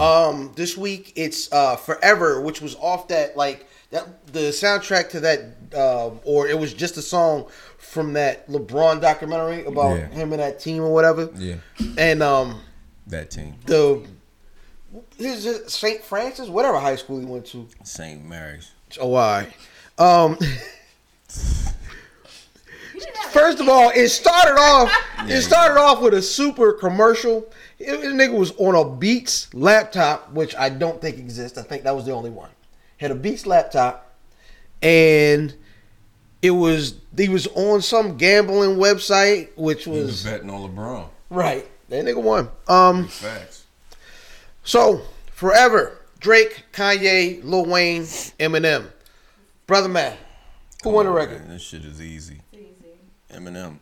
[SPEAKER 2] Um, this week it's uh, Forever, which was off that like that the soundtrack to that, um, or it was just a song from that LeBron documentary about
[SPEAKER 3] Yeah.
[SPEAKER 2] him and that team or whatever.
[SPEAKER 3] Yeah,
[SPEAKER 2] And um,
[SPEAKER 3] that team.
[SPEAKER 2] the his his- St. Francis, whatever high school he went to.
[SPEAKER 3] St. Mary's.
[SPEAKER 2] Oh, all right. Um,
[SPEAKER 4] You didn't have
[SPEAKER 2] first of all, it started off. It started off with a super commercial. It, the nigga was on a Beats laptop, which I don't think exists. I think that was the only one. Had a Beats laptop, and it was he was on some gambling website, which
[SPEAKER 3] He was
[SPEAKER 2] was
[SPEAKER 3] betting on LeBron.
[SPEAKER 2] right. That nigga won. Um.
[SPEAKER 3] Facts.
[SPEAKER 2] So, forever, Drake, Kanye, Lil Wayne, Eminem. Brother man, who won the record?
[SPEAKER 3] Man, this shit is easy.
[SPEAKER 4] It's easy.
[SPEAKER 3] Eminem.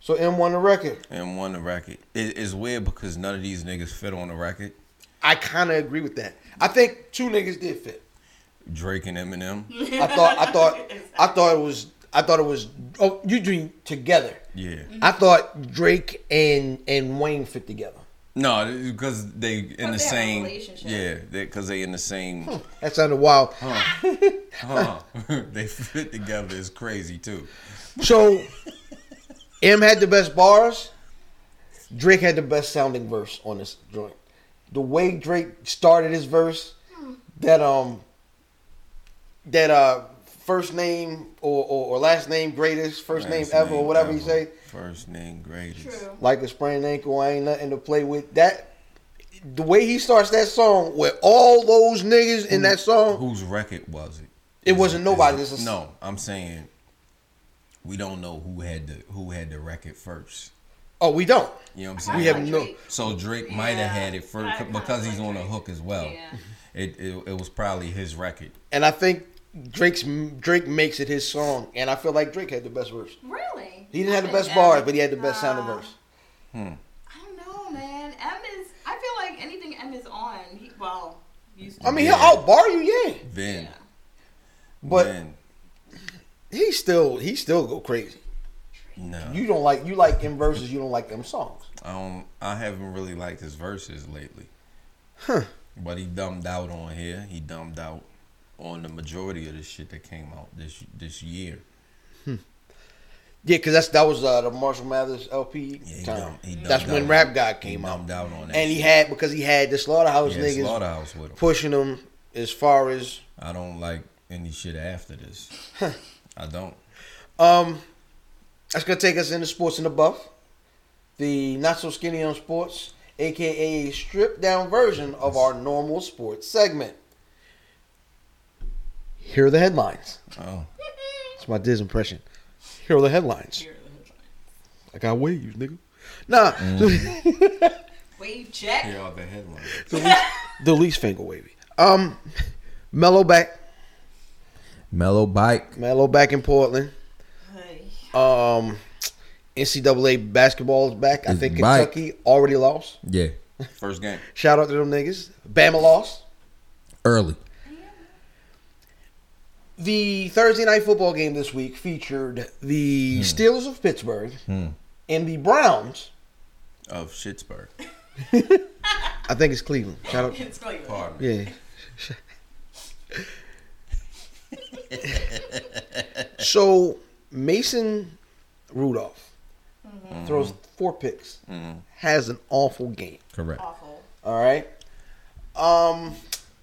[SPEAKER 2] So M won the record.
[SPEAKER 3] And won the record. It, it's weird because none of these niggas fit on the record.
[SPEAKER 2] I kind of agree with that. I think two niggas did fit.
[SPEAKER 3] Drake and Eminem.
[SPEAKER 2] I thought, I thought, I thought it was, I thought it was. Oh, you dream together.
[SPEAKER 3] Yeah.
[SPEAKER 2] I thought Drake and and Wayne fit together.
[SPEAKER 3] No, because they in the
[SPEAKER 4] they have a
[SPEAKER 3] same.
[SPEAKER 4] relationship.
[SPEAKER 3] Yeah, because they in the same.
[SPEAKER 2] That sounded wild.
[SPEAKER 3] Huh. they fit together is crazy too.
[SPEAKER 2] So, M had the best bars. Drake had the best sounding verse on this joint. The way Drake started his verse, that um, that uh, first name or, or, or last name greatest, first name
[SPEAKER 3] Last
[SPEAKER 2] ever, or
[SPEAKER 3] name
[SPEAKER 2] whatever you
[SPEAKER 3] ever.
[SPEAKER 2] say,
[SPEAKER 3] First name greatest.
[SPEAKER 4] True.
[SPEAKER 2] like a sprained ankle, I ain't nothing to play with. That the way he starts that song with all those niggas in that song,
[SPEAKER 3] Whose record was it?
[SPEAKER 2] It wasn't nobody,
[SPEAKER 3] is it-
[SPEAKER 2] this is-
[SPEAKER 3] no, I'm saying we don't know who had the who had the record first.
[SPEAKER 2] oh, we don't.
[SPEAKER 3] You know what I'm saying?
[SPEAKER 2] We have no-
[SPEAKER 3] So Drake might have had it
[SPEAKER 4] I
[SPEAKER 3] first
[SPEAKER 4] kinda
[SPEAKER 3] because he's
[SPEAKER 4] like
[SPEAKER 3] on a
[SPEAKER 4] Drake.
[SPEAKER 3] hook as well.
[SPEAKER 4] Yeah.
[SPEAKER 3] It, it it was probably his record.
[SPEAKER 2] And I think Drake's Drake makes it his song, and I feel like Drake had the best verse.
[SPEAKER 4] Really?
[SPEAKER 2] He didn't have the
[SPEAKER 4] I
[SPEAKER 2] best
[SPEAKER 4] think
[SPEAKER 2] bars,
[SPEAKER 4] Em-
[SPEAKER 2] but he had the best sounding
[SPEAKER 4] nah.
[SPEAKER 2] verse.
[SPEAKER 4] I don't know, man. M is. I feel like anything M is on. He, well, used to.
[SPEAKER 2] I mean,
[SPEAKER 3] Yeah.
[SPEAKER 2] he'll outbar you, yeah,
[SPEAKER 3] Then,
[SPEAKER 4] Yeah.
[SPEAKER 2] but
[SPEAKER 3] then
[SPEAKER 2] he still he still go crazy.
[SPEAKER 3] no,
[SPEAKER 2] You don't like you like them verses, you don't like them songs.
[SPEAKER 3] I don't. I haven't really liked his verses lately. But he dumbed out on here. He dumbed out on the majority of the shit that came out this this year.
[SPEAKER 2] Yeah, because that's that was uh, the Marshall Mathers LP
[SPEAKER 3] Yeah, he
[SPEAKER 2] time.
[SPEAKER 3] dumbed- he dumbed
[SPEAKER 2] that's when
[SPEAKER 3] out.
[SPEAKER 2] Rap God
[SPEAKER 3] He
[SPEAKER 2] came out,
[SPEAKER 3] dumbed out on that.
[SPEAKER 2] and he
[SPEAKER 3] shit.
[SPEAKER 2] had because he had the Slaughterhouse
[SPEAKER 3] yeah,
[SPEAKER 2] niggas
[SPEAKER 3] slaughterhouse with him.
[SPEAKER 2] pushing him as far as
[SPEAKER 3] I don't like any shit after this. I don't.
[SPEAKER 2] um. That's gonna take us into sports and the buff, the not so skinny on sports, aka stripped down version of our normal sports segment. Here are the headlines.
[SPEAKER 3] Oh,
[SPEAKER 2] It's my Diz impression. Here are the headlines.
[SPEAKER 4] Here are the headlines.
[SPEAKER 2] I got waves, nigga. Nah,
[SPEAKER 4] Wave check.
[SPEAKER 3] here are the headlines.
[SPEAKER 2] the, least, the least finger wavy. Um, Mellow back,
[SPEAKER 3] Mellow bike.
[SPEAKER 2] Mellow back in Portland.
[SPEAKER 4] Hey.
[SPEAKER 2] Um, NCAA basketball is back. I
[SPEAKER 3] It's
[SPEAKER 2] think
[SPEAKER 3] back.
[SPEAKER 2] Kentucky already lost.
[SPEAKER 3] Yeah. First game
[SPEAKER 2] Shout out to them niggas. Bama lost.
[SPEAKER 3] early.
[SPEAKER 2] The Thursday night football game this week featured the Steelers of Pittsburgh and the Browns.
[SPEAKER 3] of Shittsburg.
[SPEAKER 2] I think it's Cleveland. Shout out.
[SPEAKER 4] It's Cleveland.
[SPEAKER 3] Pardon. me.
[SPEAKER 2] Yeah. so Mason Rudolph throws four picks, has an awful game.
[SPEAKER 3] Correct.
[SPEAKER 4] Awful.
[SPEAKER 2] All right. Um,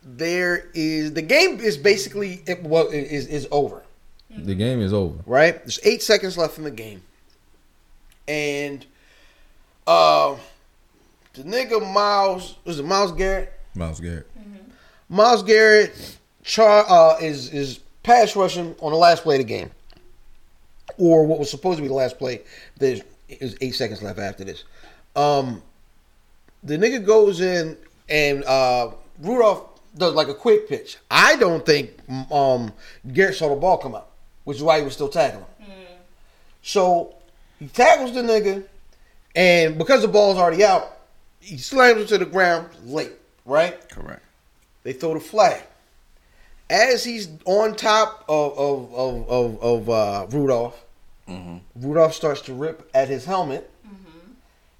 [SPEAKER 2] there is the game is basically it, well it is is over.
[SPEAKER 3] The game is over.
[SPEAKER 2] Right. There's eight seconds left in the game, and uh, the nigga Miles was it Miles Garrett?
[SPEAKER 3] Miles Garrett.
[SPEAKER 2] Miles Garrett char, uh, is is pass rushing on the last play of the game, or what was supposed to be the last play. There's is eight seconds left after this. Um, the nigga goes in and uh, Rudolph does like a quick pitch. I don't think um, Garrett saw the ball come out, which is why he was still tackling. So he tackles the nigga, and because the ball's already out, he slams him to the ground late. Right.
[SPEAKER 3] Correct.
[SPEAKER 2] They throw the flag. As he's on top of of of of, of uh, Rudolph, Rudolph starts to rip at his helmet,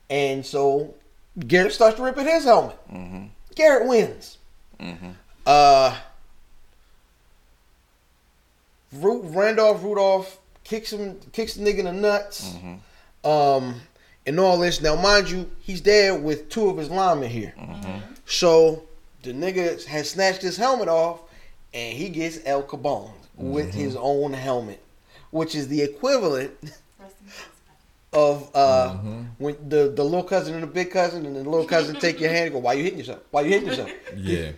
[SPEAKER 2] and so Garrett starts to rip at his helmet. Garrett wins. Uh, Ru- Randolph Rudolph kicks him, kicks the nigga in the nuts, um, and all this. Now, mind you, he's there with two of his linemen here, so the nigga has snatched his helmet off, and he gets El Cabon with his own helmet, which is the equivalent
[SPEAKER 4] Rest in peace.
[SPEAKER 2] of uh, when the the little cousin and the big cousin, and the little cousin take your hand and go, "Why you hitting yourself? Why you hitting yourself?"
[SPEAKER 3] Yeah.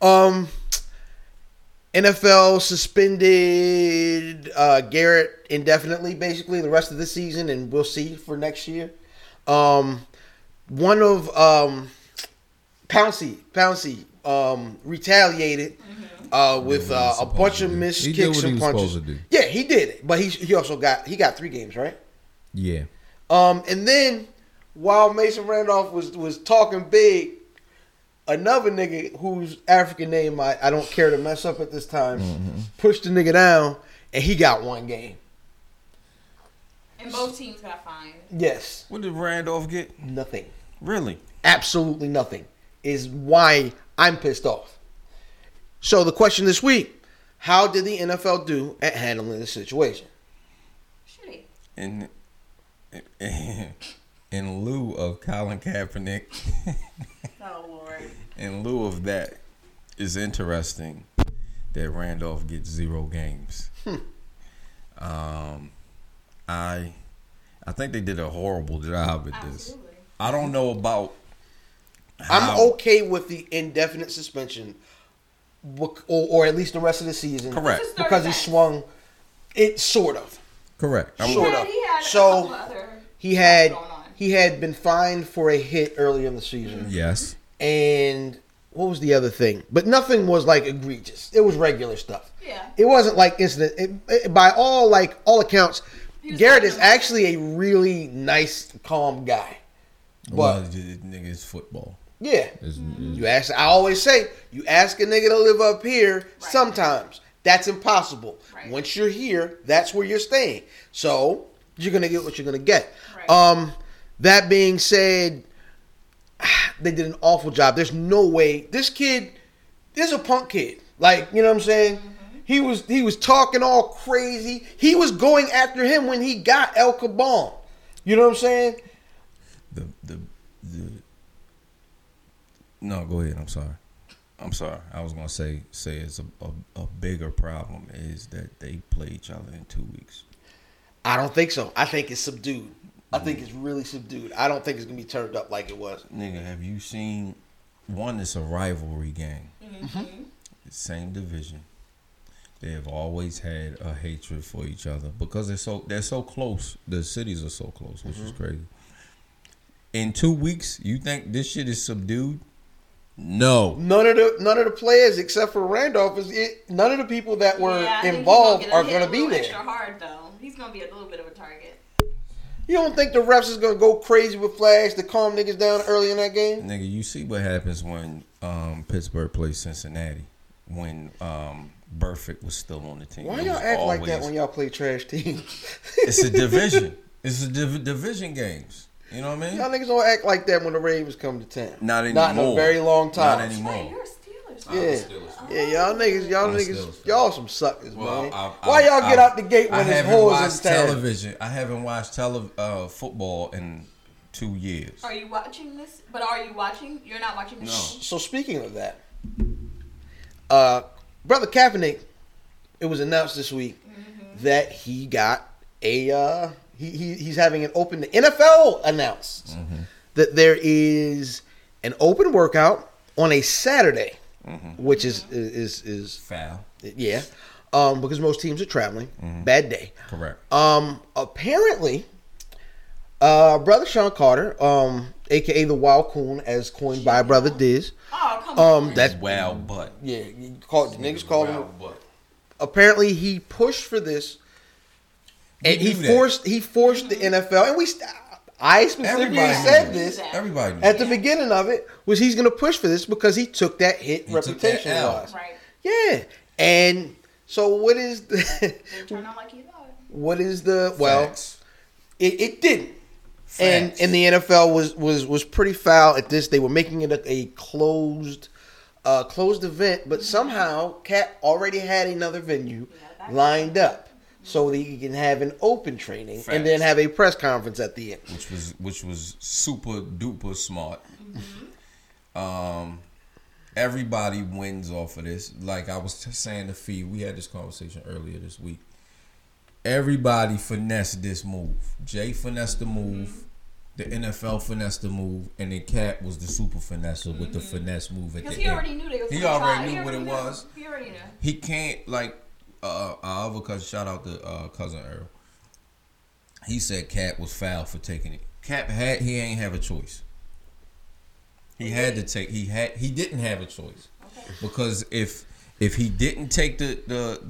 [SPEAKER 2] Um, NFL suspended uh, Garrett indefinitely, basically the rest of the season, and we'll see for next year. Um, one of um, Pouncy, Pouncy um, retaliated uh,
[SPEAKER 3] what
[SPEAKER 2] with
[SPEAKER 3] he
[SPEAKER 2] uh,
[SPEAKER 3] was
[SPEAKER 2] a
[SPEAKER 3] supposed
[SPEAKER 2] bunch
[SPEAKER 3] to
[SPEAKER 2] of
[SPEAKER 3] do.
[SPEAKER 2] missed
[SPEAKER 3] He did
[SPEAKER 2] kicks
[SPEAKER 3] what he
[SPEAKER 2] and
[SPEAKER 3] was
[SPEAKER 2] punches.
[SPEAKER 3] supposed to do.
[SPEAKER 2] Yeah, he did, it, but he he also got he got three games right.
[SPEAKER 3] Yeah.
[SPEAKER 2] Um, and then while Mason Randolph was was talking big, another nigga whose African name I, I don't care to mess up at this time
[SPEAKER 3] Mm-hmm.
[SPEAKER 2] pushed the nigga down, and he got one game.
[SPEAKER 4] And both teams got fined.
[SPEAKER 2] Yes,
[SPEAKER 3] What did Randolph get?
[SPEAKER 2] nothing,
[SPEAKER 3] Really?
[SPEAKER 2] absolutely nothing, is why I'm pissed off. So the question this week: How did the NFL do at handling this situation?
[SPEAKER 4] Shitty.
[SPEAKER 3] In in lieu of Colin Kaepernick,
[SPEAKER 4] Oh Lord.
[SPEAKER 3] in lieu of that, is interesting that Randolph gets zero games.
[SPEAKER 2] Hmm.
[SPEAKER 3] um, I I think they did a horrible job at this.
[SPEAKER 4] Absolutely.
[SPEAKER 3] I don't know about.
[SPEAKER 2] I'm
[SPEAKER 3] how-
[SPEAKER 2] okay with the indefinite suspension, bec- or, or at least the rest of the season.
[SPEAKER 3] Correct.
[SPEAKER 4] Just
[SPEAKER 2] Because he
[SPEAKER 4] thirty
[SPEAKER 2] swung it sort of.
[SPEAKER 3] Correct. I'm,
[SPEAKER 2] Sure.
[SPEAKER 4] Right, he had a
[SPEAKER 2] So,
[SPEAKER 4] couple other
[SPEAKER 2] He had
[SPEAKER 4] Going on.
[SPEAKER 2] he had been fined for a hit early in the season,
[SPEAKER 3] Yes.
[SPEAKER 2] and what was the other thing? But nothing was like egregious. It was regular stuff.
[SPEAKER 4] Yeah.
[SPEAKER 2] It wasn't like incident. It, it- by all like all accounts,
[SPEAKER 4] He was
[SPEAKER 2] Garrett
[SPEAKER 4] like-
[SPEAKER 2] is actually a really nice, calm guy. But
[SPEAKER 3] Well, it's just- nigga, it's football.
[SPEAKER 2] yeah,
[SPEAKER 3] It's-
[SPEAKER 2] You ask. I always say, you ask a nigga to live up here. Sometimes that's impossible.
[SPEAKER 4] Right.
[SPEAKER 2] Once you're here, that's where you're staying. So you're gonna get what you're gonna get.
[SPEAKER 4] Right.
[SPEAKER 2] Um, that being said, they did an awful job. There's no way this kid this is a punk kid. Like you know what I'm saying.
[SPEAKER 4] Mm-hmm.
[SPEAKER 2] He was he was talking all crazy. He was going after him when he got El Cabon. You know what I'm saying?
[SPEAKER 3] the the the no go ahead i'm sorry i'm sorry i was gonna say say it's a, a, a bigger problem is that they play each other in two weeks
[SPEAKER 2] I don't think so. I think it's subdued. I think it's really subdued. I don't think it's gonna be turned up like it was.
[SPEAKER 3] nigga have you seen one it's a rivalry game It's same division they have always had a hatred for each other because they're so they're so close the cities are so close which is crazy in two weeks you think this shit is subdued no
[SPEAKER 2] None of the none of the players except for Randolph is it, none of the people that were
[SPEAKER 4] Yeah, I think he's
[SPEAKER 2] involved
[SPEAKER 4] gonna get
[SPEAKER 2] are
[SPEAKER 4] hit
[SPEAKER 2] gonna
[SPEAKER 4] a
[SPEAKER 2] be
[SPEAKER 4] little
[SPEAKER 2] there.
[SPEAKER 4] Extra hard though. He's gonna be a little bit of a target.
[SPEAKER 2] You don't think the refs is gonna go crazy with flags to calm niggas down early in that game?
[SPEAKER 3] Nigga, you see what happens when um, Pittsburgh plays Cincinnati when um, Burfict was still on the team.
[SPEAKER 2] Why
[SPEAKER 3] It
[SPEAKER 2] y'all
[SPEAKER 3] was
[SPEAKER 2] act like that
[SPEAKER 3] always-
[SPEAKER 2] when y'all play trash teams?
[SPEAKER 3] It's a division. it's a div- division games. You know what I
[SPEAKER 2] y'all
[SPEAKER 3] mean?
[SPEAKER 2] niggas don't act like that when the Ravens come to town.
[SPEAKER 3] Not anymore.
[SPEAKER 2] Not in a very long time.
[SPEAKER 3] Not anymore.
[SPEAKER 4] Wait, you're a Steelers. fan.
[SPEAKER 2] Yeah. Yeah, y'all niggas, y'all
[SPEAKER 3] I'm
[SPEAKER 2] niggas,
[SPEAKER 3] still-
[SPEAKER 2] y'all some suckers,
[SPEAKER 3] Well,
[SPEAKER 2] man.
[SPEAKER 3] I- I-
[SPEAKER 2] Why y'all get
[SPEAKER 3] I-
[SPEAKER 2] out the gate
[SPEAKER 3] I
[SPEAKER 2] when there's
[SPEAKER 3] haven't
[SPEAKER 2] hoes in
[SPEAKER 3] watched
[SPEAKER 2] town?
[SPEAKER 3] television. I haven't watched tele- uh, football in two years.
[SPEAKER 4] Are you watching this? But are you watching? You're not watching this.
[SPEAKER 3] No.
[SPEAKER 4] game?
[SPEAKER 2] So speaking of that, uh, brother Kaepernick, it was announced this week that he got a uh, he, he he's having an open. The NFL announced that there is an open workout on a Saturday, which is is is,
[SPEAKER 3] Foul.
[SPEAKER 2] is yeah, um, because most teams are traveling. Bad day.
[SPEAKER 3] Correct.
[SPEAKER 2] Um, apparently, uh, brother Sean Carter, um, aka the Wild Coon, as coined by brother Diz.
[SPEAKER 4] Oh come
[SPEAKER 2] Um,
[SPEAKER 4] on.
[SPEAKER 2] that's
[SPEAKER 3] wow, but
[SPEAKER 2] yeah. You call the niggas called him.
[SPEAKER 3] Wow, but
[SPEAKER 2] Apparently, he pushed for this, and
[SPEAKER 3] We
[SPEAKER 2] he
[SPEAKER 3] knew that.
[SPEAKER 2] forced he forced the NFL. And we, st- I specifically
[SPEAKER 3] Everybody
[SPEAKER 2] said
[SPEAKER 3] knew
[SPEAKER 4] that.
[SPEAKER 2] this
[SPEAKER 3] everybody knew.
[SPEAKER 2] at the beginning of it was he's going to push for this because he took that hit
[SPEAKER 3] He took that
[SPEAKER 2] reputation
[SPEAKER 3] L.
[SPEAKER 2] wise.
[SPEAKER 4] right.
[SPEAKER 2] Yeah, and so what is the
[SPEAKER 4] Didn't turn out like you thought.
[SPEAKER 2] what is the well?
[SPEAKER 3] Facts.
[SPEAKER 2] It, it didn't. And
[SPEAKER 3] Facts.
[SPEAKER 2] and the NFL was was was pretty foul at this. They were making it a, a closed uh, closed event, but somehow Cat already had another venue
[SPEAKER 4] Yeah, that's-
[SPEAKER 2] lined up so that he can have an open training and then
[SPEAKER 3] Facts.
[SPEAKER 2] have a press conference at the end.
[SPEAKER 3] which was which was super duper smart.
[SPEAKER 4] Mm-hmm.
[SPEAKER 3] Um, everybody wins off of this. Like I was t- saying to Fee, we had this conversation earlier this week. Everybody finessed this move. Jay finessed the move. The NFL finessed the move, and then Cat was the super finesser with the finesse move at the
[SPEAKER 4] Mm-hmm. Because
[SPEAKER 3] end.
[SPEAKER 4] he already knew they was.
[SPEAKER 3] He
[SPEAKER 4] gonna
[SPEAKER 3] already
[SPEAKER 4] try.
[SPEAKER 3] knew what it
[SPEAKER 4] knew.
[SPEAKER 3] was.
[SPEAKER 4] He already knew.
[SPEAKER 3] He can't like uh our other cousin shout out to uh cousin Earl. He said Cap was foul for taking it. Cap had he ain't have a choice. He had to take he had he didn't have a choice.
[SPEAKER 4] Okay.
[SPEAKER 3] Because if if he didn't take the the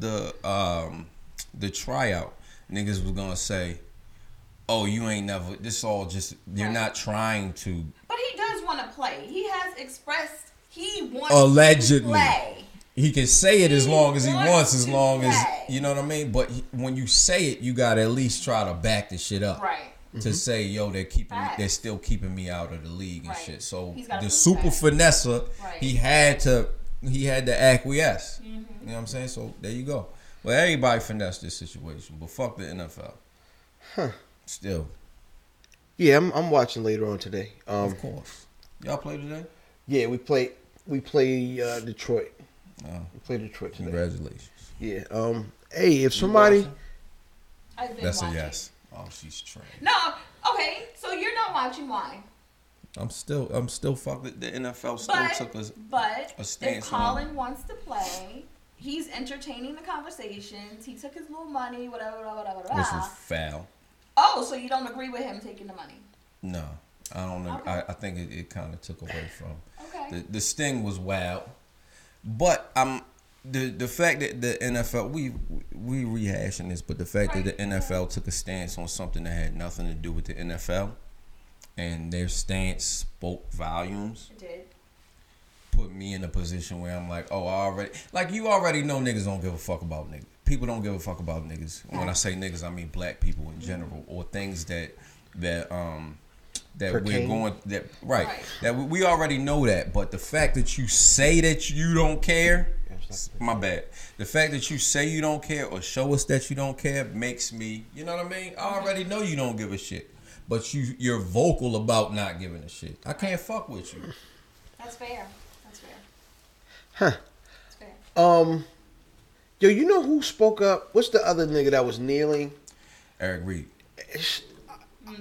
[SPEAKER 3] the um the tryout, niggas was gonna say, Oh, you ain't never this all just you're
[SPEAKER 4] Right.
[SPEAKER 3] not trying to
[SPEAKER 4] But he does want to play. He has expressed he wants
[SPEAKER 3] Allegedly.
[SPEAKER 4] to play.
[SPEAKER 3] He can say it as
[SPEAKER 4] He
[SPEAKER 3] long as he
[SPEAKER 4] wants
[SPEAKER 3] wants, as
[SPEAKER 4] to
[SPEAKER 3] long as
[SPEAKER 4] play.
[SPEAKER 3] you know what I mean. But he- when you say it, you gotta at least try to back the shit up,
[SPEAKER 4] Right.
[SPEAKER 3] To say, yo, they're keeping,
[SPEAKER 4] Facts.
[SPEAKER 3] they're still keeping me out of the league and
[SPEAKER 4] Right.
[SPEAKER 3] shit. So
[SPEAKER 4] He's gotta
[SPEAKER 3] the
[SPEAKER 4] prove
[SPEAKER 3] super
[SPEAKER 4] that.
[SPEAKER 3] finesser,
[SPEAKER 4] Right. Mm-hmm.
[SPEAKER 3] he had to, he had to acquiesce. You know what I'm saying? So there you go. Well, everybody finessed this situation, but fuck the NFL. Still,
[SPEAKER 2] Yeah, I'm, I'm watching later on today. Um,
[SPEAKER 3] of course. Y'all play today?
[SPEAKER 2] yeah, we play we play uh, Detroit.
[SPEAKER 3] Oh,
[SPEAKER 2] Played Detroit today.
[SPEAKER 3] congratulations.
[SPEAKER 2] Yeah. Um. Hey, if somebody,
[SPEAKER 4] I've been
[SPEAKER 3] That's a
[SPEAKER 4] watching.
[SPEAKER 3] yes. Oh, she's trash.
[SPEAKER 4] No, okay, so you're not watching why?
[SPEAKER 3] I'm still, I'm still fucked. The the NFL still
[SPEAKER 4] But,
[SPEAKER 3] took us.
[SPEAKER 4] but
[SPEAKER 3] a
[SPEAKER 4] if
[SPEAKER 3] stance on
[SPEAKER 4] Colin wants to play, he's entertaining the conversations. He took his little money, whatever, whatever, whatever.
[SPEAKER 3] This
[SPEAKER 4] whatever.
[SPEAKER 3] is foul.
[SPEAKER 4] Oh, so you don't agree with him taking the money?
[SPEAKER 3] No, I don't. know.
[SPEAKER 4] Okay.
[SPEAKER 3] I, I think it, it kind of took away from.
[SPEAKER 4] Okay.
[SPEAKER 3] The, the sting was wild, but um, the the fact that the NFL we we rehashing this, but the fact that the NFL took a stance on something that had nothing to do with the NFL, and their stance spoke volumes,
[SPEAKER 4] It did.
[SPEAKER 3] put me in a position where I'm like, oh, I already like you already know niggas don't give a fuck about niggas. People don't give a fuck about niggas. When I say niggas, I mean black people in general or things that that um that we're
[SPEAKER 2] Pertain.
[SPEAKER 3] going that right,
[SPEAKER 4] Right.
[SPEAKER 3] that we, we already know that. But the fact that you say that you don't care, my bad. The fact that you say you don't care or show us that you don't care makes me, you know what I mean. I already know you don't give a shit, but you you're vocal about not giving a shit. I can't fuck with you.
[SPEAKER 4] That's fair. That's fair.
[SPEAKER 2] huh?
[SPEAKER 4] That's fair.
[SPEAKER 2] Um. Yo, you know who spoke up? What's the other nigga that was kneeling?
[SPEAKER 3] Eric Reed.
[SPEAKER 2] Sh-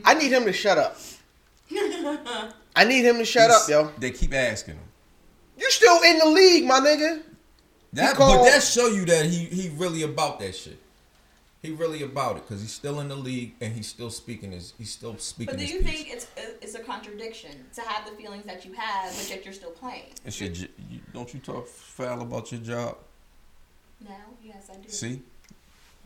[SPEAKER 2] I need him to shut up. I need him to shut up, yo.
[SPEAKER 3] They keep asking him.
[SPEAKER 2] You're still in the league, my nigga.
[SPEAKER 3] That,
[SPEAKER 2] called-
[SPEAKER 3] but that show you that he he really about that shit. He really about it because he's still in the league and he's still speaking his he's still speaking.
[SPEAKER 4] But do
[SPEAKER 3] his
[SPEAKER 4] you
[SPEAKER 3] piece.
[SPEAKER 4] think it's uh, it's a contradiction to have the feelings that you have, but yet you're still playing?
[SPEAKER 3] it's your j- you, don't you talk foul about your job?
[SPEAKER 4] No, yes, I do.
[SPEAKER 3] See,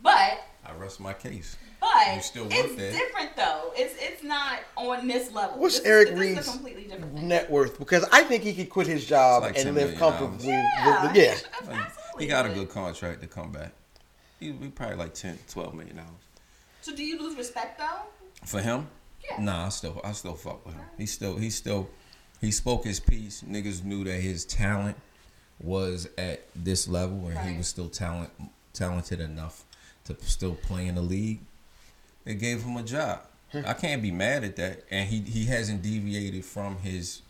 [SPEAKER 4] But
[SPEAKER 3] I rest my case.
[SPEAKER 4] but
[SPEAKER 3] You still work
[SPEAKER 4] it's
[SPEAKER 3] there.
[SPEAKER 4] different though. It's it's not on this level.
[SPEAKER 2] What's
[SPEAKER 4] this,
[SPEAKER 2] Eric
[SPEAKER 4] this Is
[SPEAKER 2] Reed's
[SPEAKER 4] a completely different thing.
[SPEAKER 2] Net worth, because I think he could quit his job
[SPEAKER 3] It's like
[SPEAKER 2] and
[SPEAKER 3] $10
[SPEAKER 2] live
[SPEAKER 3] million
[SPEAKER 2] comfortably.
[SPEAKER 4] Yeah,
[SPEAKER 2] with- yeah.
[SPEAKER 4] absolutely.
[SPEAKER 3] Like, he got a good contract to come back. He, we probably like 10, 12 million dollars
[SPEAKER 4] So do you lose respect though?
[SPEAKER 3] for him.
[SPEAKER 4] Yeah.
[SPEAKER 3] Nah, I still I still fuck with him. He still he still he spoke his piece. Niggas knew that his talent was at this level and he
[SPEAKER 4] Right.
[SPEAKER 3] was still talent talented enough to still play in the league. They gave him a job.
[SPEAKER 4] Hmm.
[SPEAKER 3] I can't be mad at that. And he he hasn't deviated from his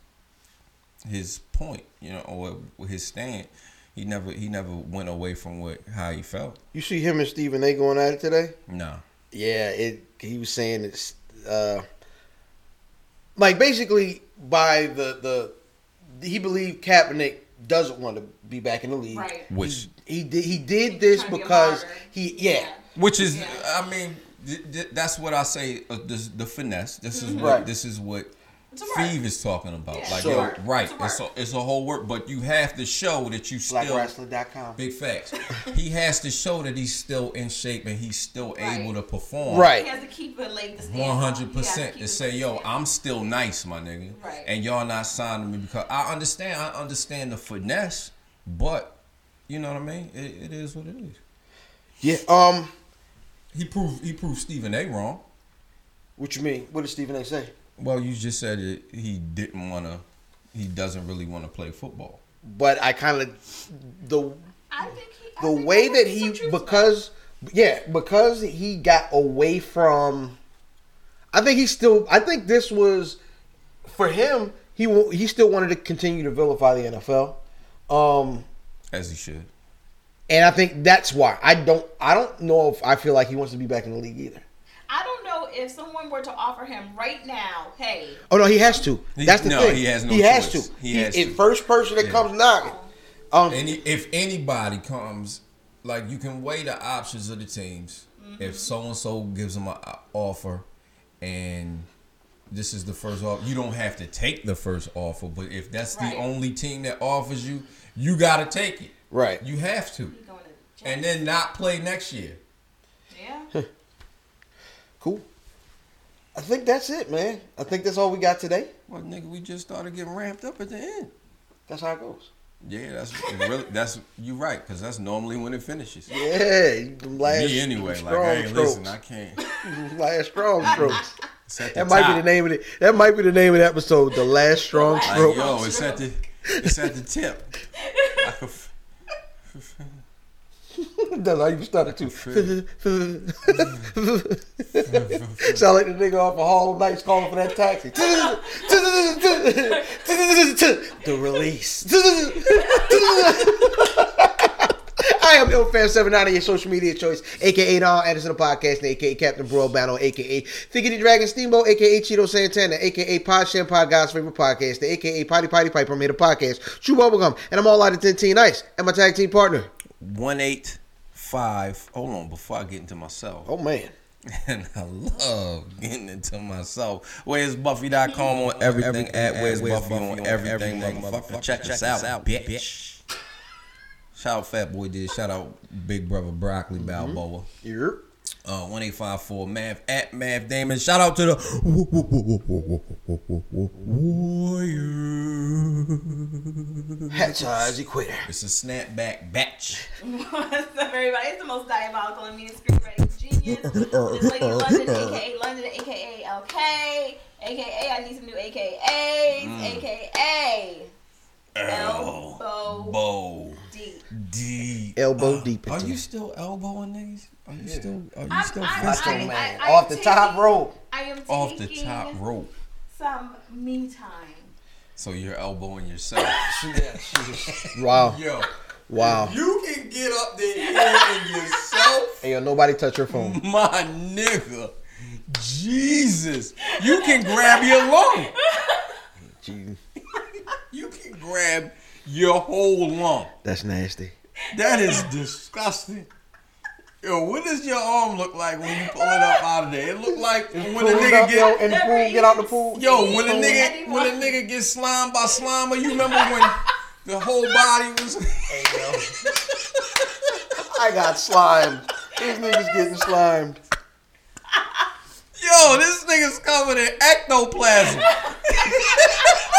[SPEAKER 3] his point, you know, or his stand. He never he never went away from what how he felt.
[SPEAKER 2] You see him and Steven A going at it today?
[SPEAKER 3] Nah.
[SPEAKER 2] Yeah, it. He was saying it's uh, like basically by the the he believed Kaepernick doesn't want to be back in the league.
[SPEAKER 4] Right.
[SPEAKER 3] Which
[SPEAKER 2] He did. He did
[SPEAKER 4] He's
[SPEAKER 2] this
[SPEAKER 4] trying to be a
[SPEAKER 2] because
[SPEAKER 4] martyr.
[SPEAKER 2] he. Yeah.
[SPEAKER 3] Which is,
[SPEAKER 4] Yeah.
[SPEAKER 3] I mean, th- th- that's what I say. Uh, this, the finesse. This is what
[SPEAKER 2] Right.
[SPEAKER 3] this is what
[SPEAKER 4] Mm-hmm. It's a work.
[SPEAKER 3] Steve is talking about.
[SPEAKER 4] Yeah.
[SPEAKER 3] Like,
[SPEAKER 2] So-
[SPEAKER 3] yo, right?
[SPEAKER 4] It's a
[SPEAKER 3] It's a,
[SPEAKER 4] work.
[SPEAKER 3] it's a whole work, but you have to show that you still
[SPEAKER 2] BlackWrestler.com.
[SPEAKER 3] big facts. he has to show that he's still in shape and he's still
[SPEAKER 4] Right.
[SPEAKER 3] able to perform.
[SPEAKER 2] Right.
[SPEAKER 4] He has to keep a leg to stand.
[SPEAKER 3] One
[SPEAKER 4] on.
[SPEAKER 3] hundred
[SPEAKER 4] He has
[SPEAKER 3] percent
[SPEAKER 4] keep
[SPEAKER 3] to
[SPEAKER 4] his
[SPEAKER 3] say,
[SPEAKER 4] leg
[SPEAKER 3] yo,
[SPEAKER 4] stand.
[SPEAKER 3] I'm still nice, my nigga,
[SPEAKER 4] Right.
[SPEAKER 3] and y'all not signing me because I understand. I understand the finesse, but you know what I mean. It, it is what it is.
[SPEAKER 2] Yeah. Um.
[SPEAKER 3] He proved he proved Stephen A. wrong.
[SPEAKER 2] What you mean? What did Stephen A. say?
[SPEAKER 3] Well, you just said it, he didn't want to. He doesn't really want to play football.
[SPEAKER 2] But I kind of the
[SPEAKER 4] I think he, I
[SPEAKER 2] the
[SPEAKER 4] think
[SPEAKER 2] way
[SPEAKER 4] I
[SPEAKER 2] that
[SPEAKER 4] think
[SPEAKER 2] he
[SPEAKER 4] he's so truthful.
[SPEAKER 2] because yeah because he got away from. I think he still. I think this was for him. He wa- he still wanted to continue to vilify the NFL. Um.
[SPEAKER 3] As he should.
[SPEAKER 2] And I think that's why I don't. I don't know if I feel like he wants to be back in the league either.
[SPEAKER 4] I don't know if someone were to offer him right now, hey,
[SPEAKER 2] Oh no, he has to.
[SPEAKER 3] He-
[SPEAKER 2] That's the
[SPEAKER 3] no,
[SPEAKER 2] thing.
[SPEAKER 3] he has no choice.
[SPEAKER 2] to.
[SPEAKER 3] He has
[SPEAKER 2] it-
[SPEAKER 3] to.
[SPEAKER 2] First person that
[SPEAKER 3] Yeah.
[SPEAKER 2] comes knocking. Um,
[SPEAKER 3] Any if anybody comes, like you can weigh the options of the teams. If so and so gives them an offer, and this is the first offer, you don't have to take the first offer. But if that's
[SPEAKER 4] Right.
[SPEAKER 3] the only team that offers you, you gotta take it.
[SPEAKER 2] Right.
[SPEAKER 3] You have to,
[SPEAKER 4] he's going to
[SPEAKER 3] and then not play next year.
[SPEAKER 4] yeah.
[SPEAKER 2] Cool. I think that's it, man. I think that's all we got today.
[SPEAKER 3] Well, nigga, we just started getting ramped up at the end.
[SPEAKER 2] That's how it goes.
[SPEAKER 3] Yeah, that's really that's you right because that's normally when it finishes.
[SPEAKER 2] Yeah, them last
[SPEAKER 3] me anyway. Like,
[SPEAKER 2] strong
[SPEAKER 3] hey,
[SPEAKER 2] strokes.
[SPEAKER 3] listen, I can't.
[SPEAKER 2] last strong strokes.
[SPEAKER 3] It's at the
[SPEAKER 2] That might
[SPEAKER 3] top.
[SPEAKER 2] be the name of it. That might be the name of the episode. The last strong
[SPEAKER 4] Like,
[SPEAKER 3] Like,
[SPEAKER 2] stroke.
[SPEAKER 3] yo, it's at the, it's at the tip. I could f-
[SPEAKER 2] That's how you started too. Sound like the nigga off a Hall of Nights calling for that taxi. the release. I am IlFan790, your social media choice, aka Don Anderson the Podcast, and aka Captain Bro Battle, aka Thickety Dragon Steamboat, aka Cheeto Santana, aka Pod Sham Pod God's favorite podcast, the aka Potty Potty Piper made a podcast, Chew Bubblegum, and I'm all out of 10 Teen Ice, and my tag team partner.
[SPEAKER 3] One eight five. Hold on, before I get into myself.
[SPEAKER 2] Oh, man.
[SPEAKER 3] and I love getting into myself. Where's Buffy.com on everything, at Where's, Buffy, on, everything, motherfucker. Check, us out, bitch. Shout out Fat Boy did. Shout out Big Brother Broccoli Balboa.
[SPEAKER 2] You're
[SPEAKER 3] Uh, one eight five four Mav at Mav Damon. Shout out to the Warrior.
[SPEAKER 2] Hatchard's Equator.
[SPEAKER 3] It's a snapback batch.
[SPEAKER 4] What's up, everybody? It's the most diabolical and mean screenwriting genius. This lady London, aka London, aka LK, aka I need some new AKAs,
[SPEAKER 3] Mm.
[SPEAKER 4] aka Elbow
[SPEAKER 3] Elbow
[SPEAKER 4] D.
[SPEAKER 3] D.
[SPEAKER 2] Elbow
[SPEAKER 3] Uh,
[SPEAKER 2] deep
[SPEAKER 3] Are
[SPEAKER 2] into
[SPEAKER 3] you
[SPEAKER 2] it.
[SPEAKER 3] still elbowing niggas? Are you still? Are you
[SPEAKER 4] I'm-
[SPEAKER 3] still
[SPEAKER 4] I'm-
[SPEAKER 3] fisting
[SPEAKER 4] I- I-
[SPEAKER 2] Man,
[SPEAKER 4] I am
[SPEAKER 2] off the top
[SPEAKER 4] taking-
[SPEAKER 2] rope.
[SPEAKER 4] I am taking
[SPEAKER 3] off the top rope?
[SPEAKER 4] some me time.
[SPEAKER 3] So you're elbowing yourself.
[SPEAKER 2] Wow.
[SPEAKER 3] Yo,
[SPEAKER 2] Wow.
[SPEAKER 3] you can get up there elbowing yourself,
[SPEAKER 2] Hey, yo, nobody touch your phone.
[SPEAKER 3] my nigga. Jesus, you can grab your lung.
[SPEAKER 2] Gee,
[SPEAKER 3] You can grab your whole lung.
[SPEAKER 2] that's nasty.
[SPEAKER 3] That is disgusting. Yo, what does your arm look like when you pull it up out of there? It look like when a
[SPEAKER 2] Pull it
[SPEAKER 3] nigga
[SPEAKER 2] up,
[SPEAKER 3] get
[SPEAKER 2] yo, in the pool, get out the pool.
[SPEAKER 3] Yo, when a
[SPEAKER 4] Don't
[SPEAKER 3] nigga
[SPEAKER 4] anyone-
[SPEAKER 3] when a nigga gets slimed by Slimer, you remember when the whole body was
[SPEAKER 2] I got slimed. These niggas getting slimed.
[SPEAKER 3] Yo, this nigga's covered in ectoplasm.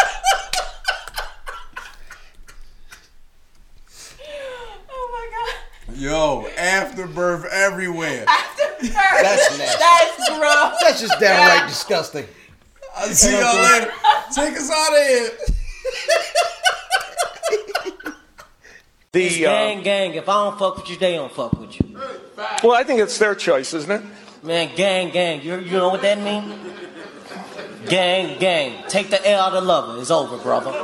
[SPEAKER 4] Oh my
[SPEAKER 3] Yo, afterbirth everywhere.
[SPEAKER 4] god. After her.
[SPEAKER 2] That's nasty.
[SPEAKER 4] That's gross.
[SPEAKER 2] That's just downright disgusting.
[SPEAKER 3] I'll see y'all later. Take us out of here.
[SPEAKER 5] It's
[SPEAKER 6] The uh,
[SPEAKER 5] gang, gang. If I don't fuck with you, they don't fuck with you.
[SPEAKER 6] well, I think it's their choice, isn't it?
[SPEAKER 5] Man, gang, gang. You, you know what that means? Gang, gang. Take the L out of lover. It's over, brother.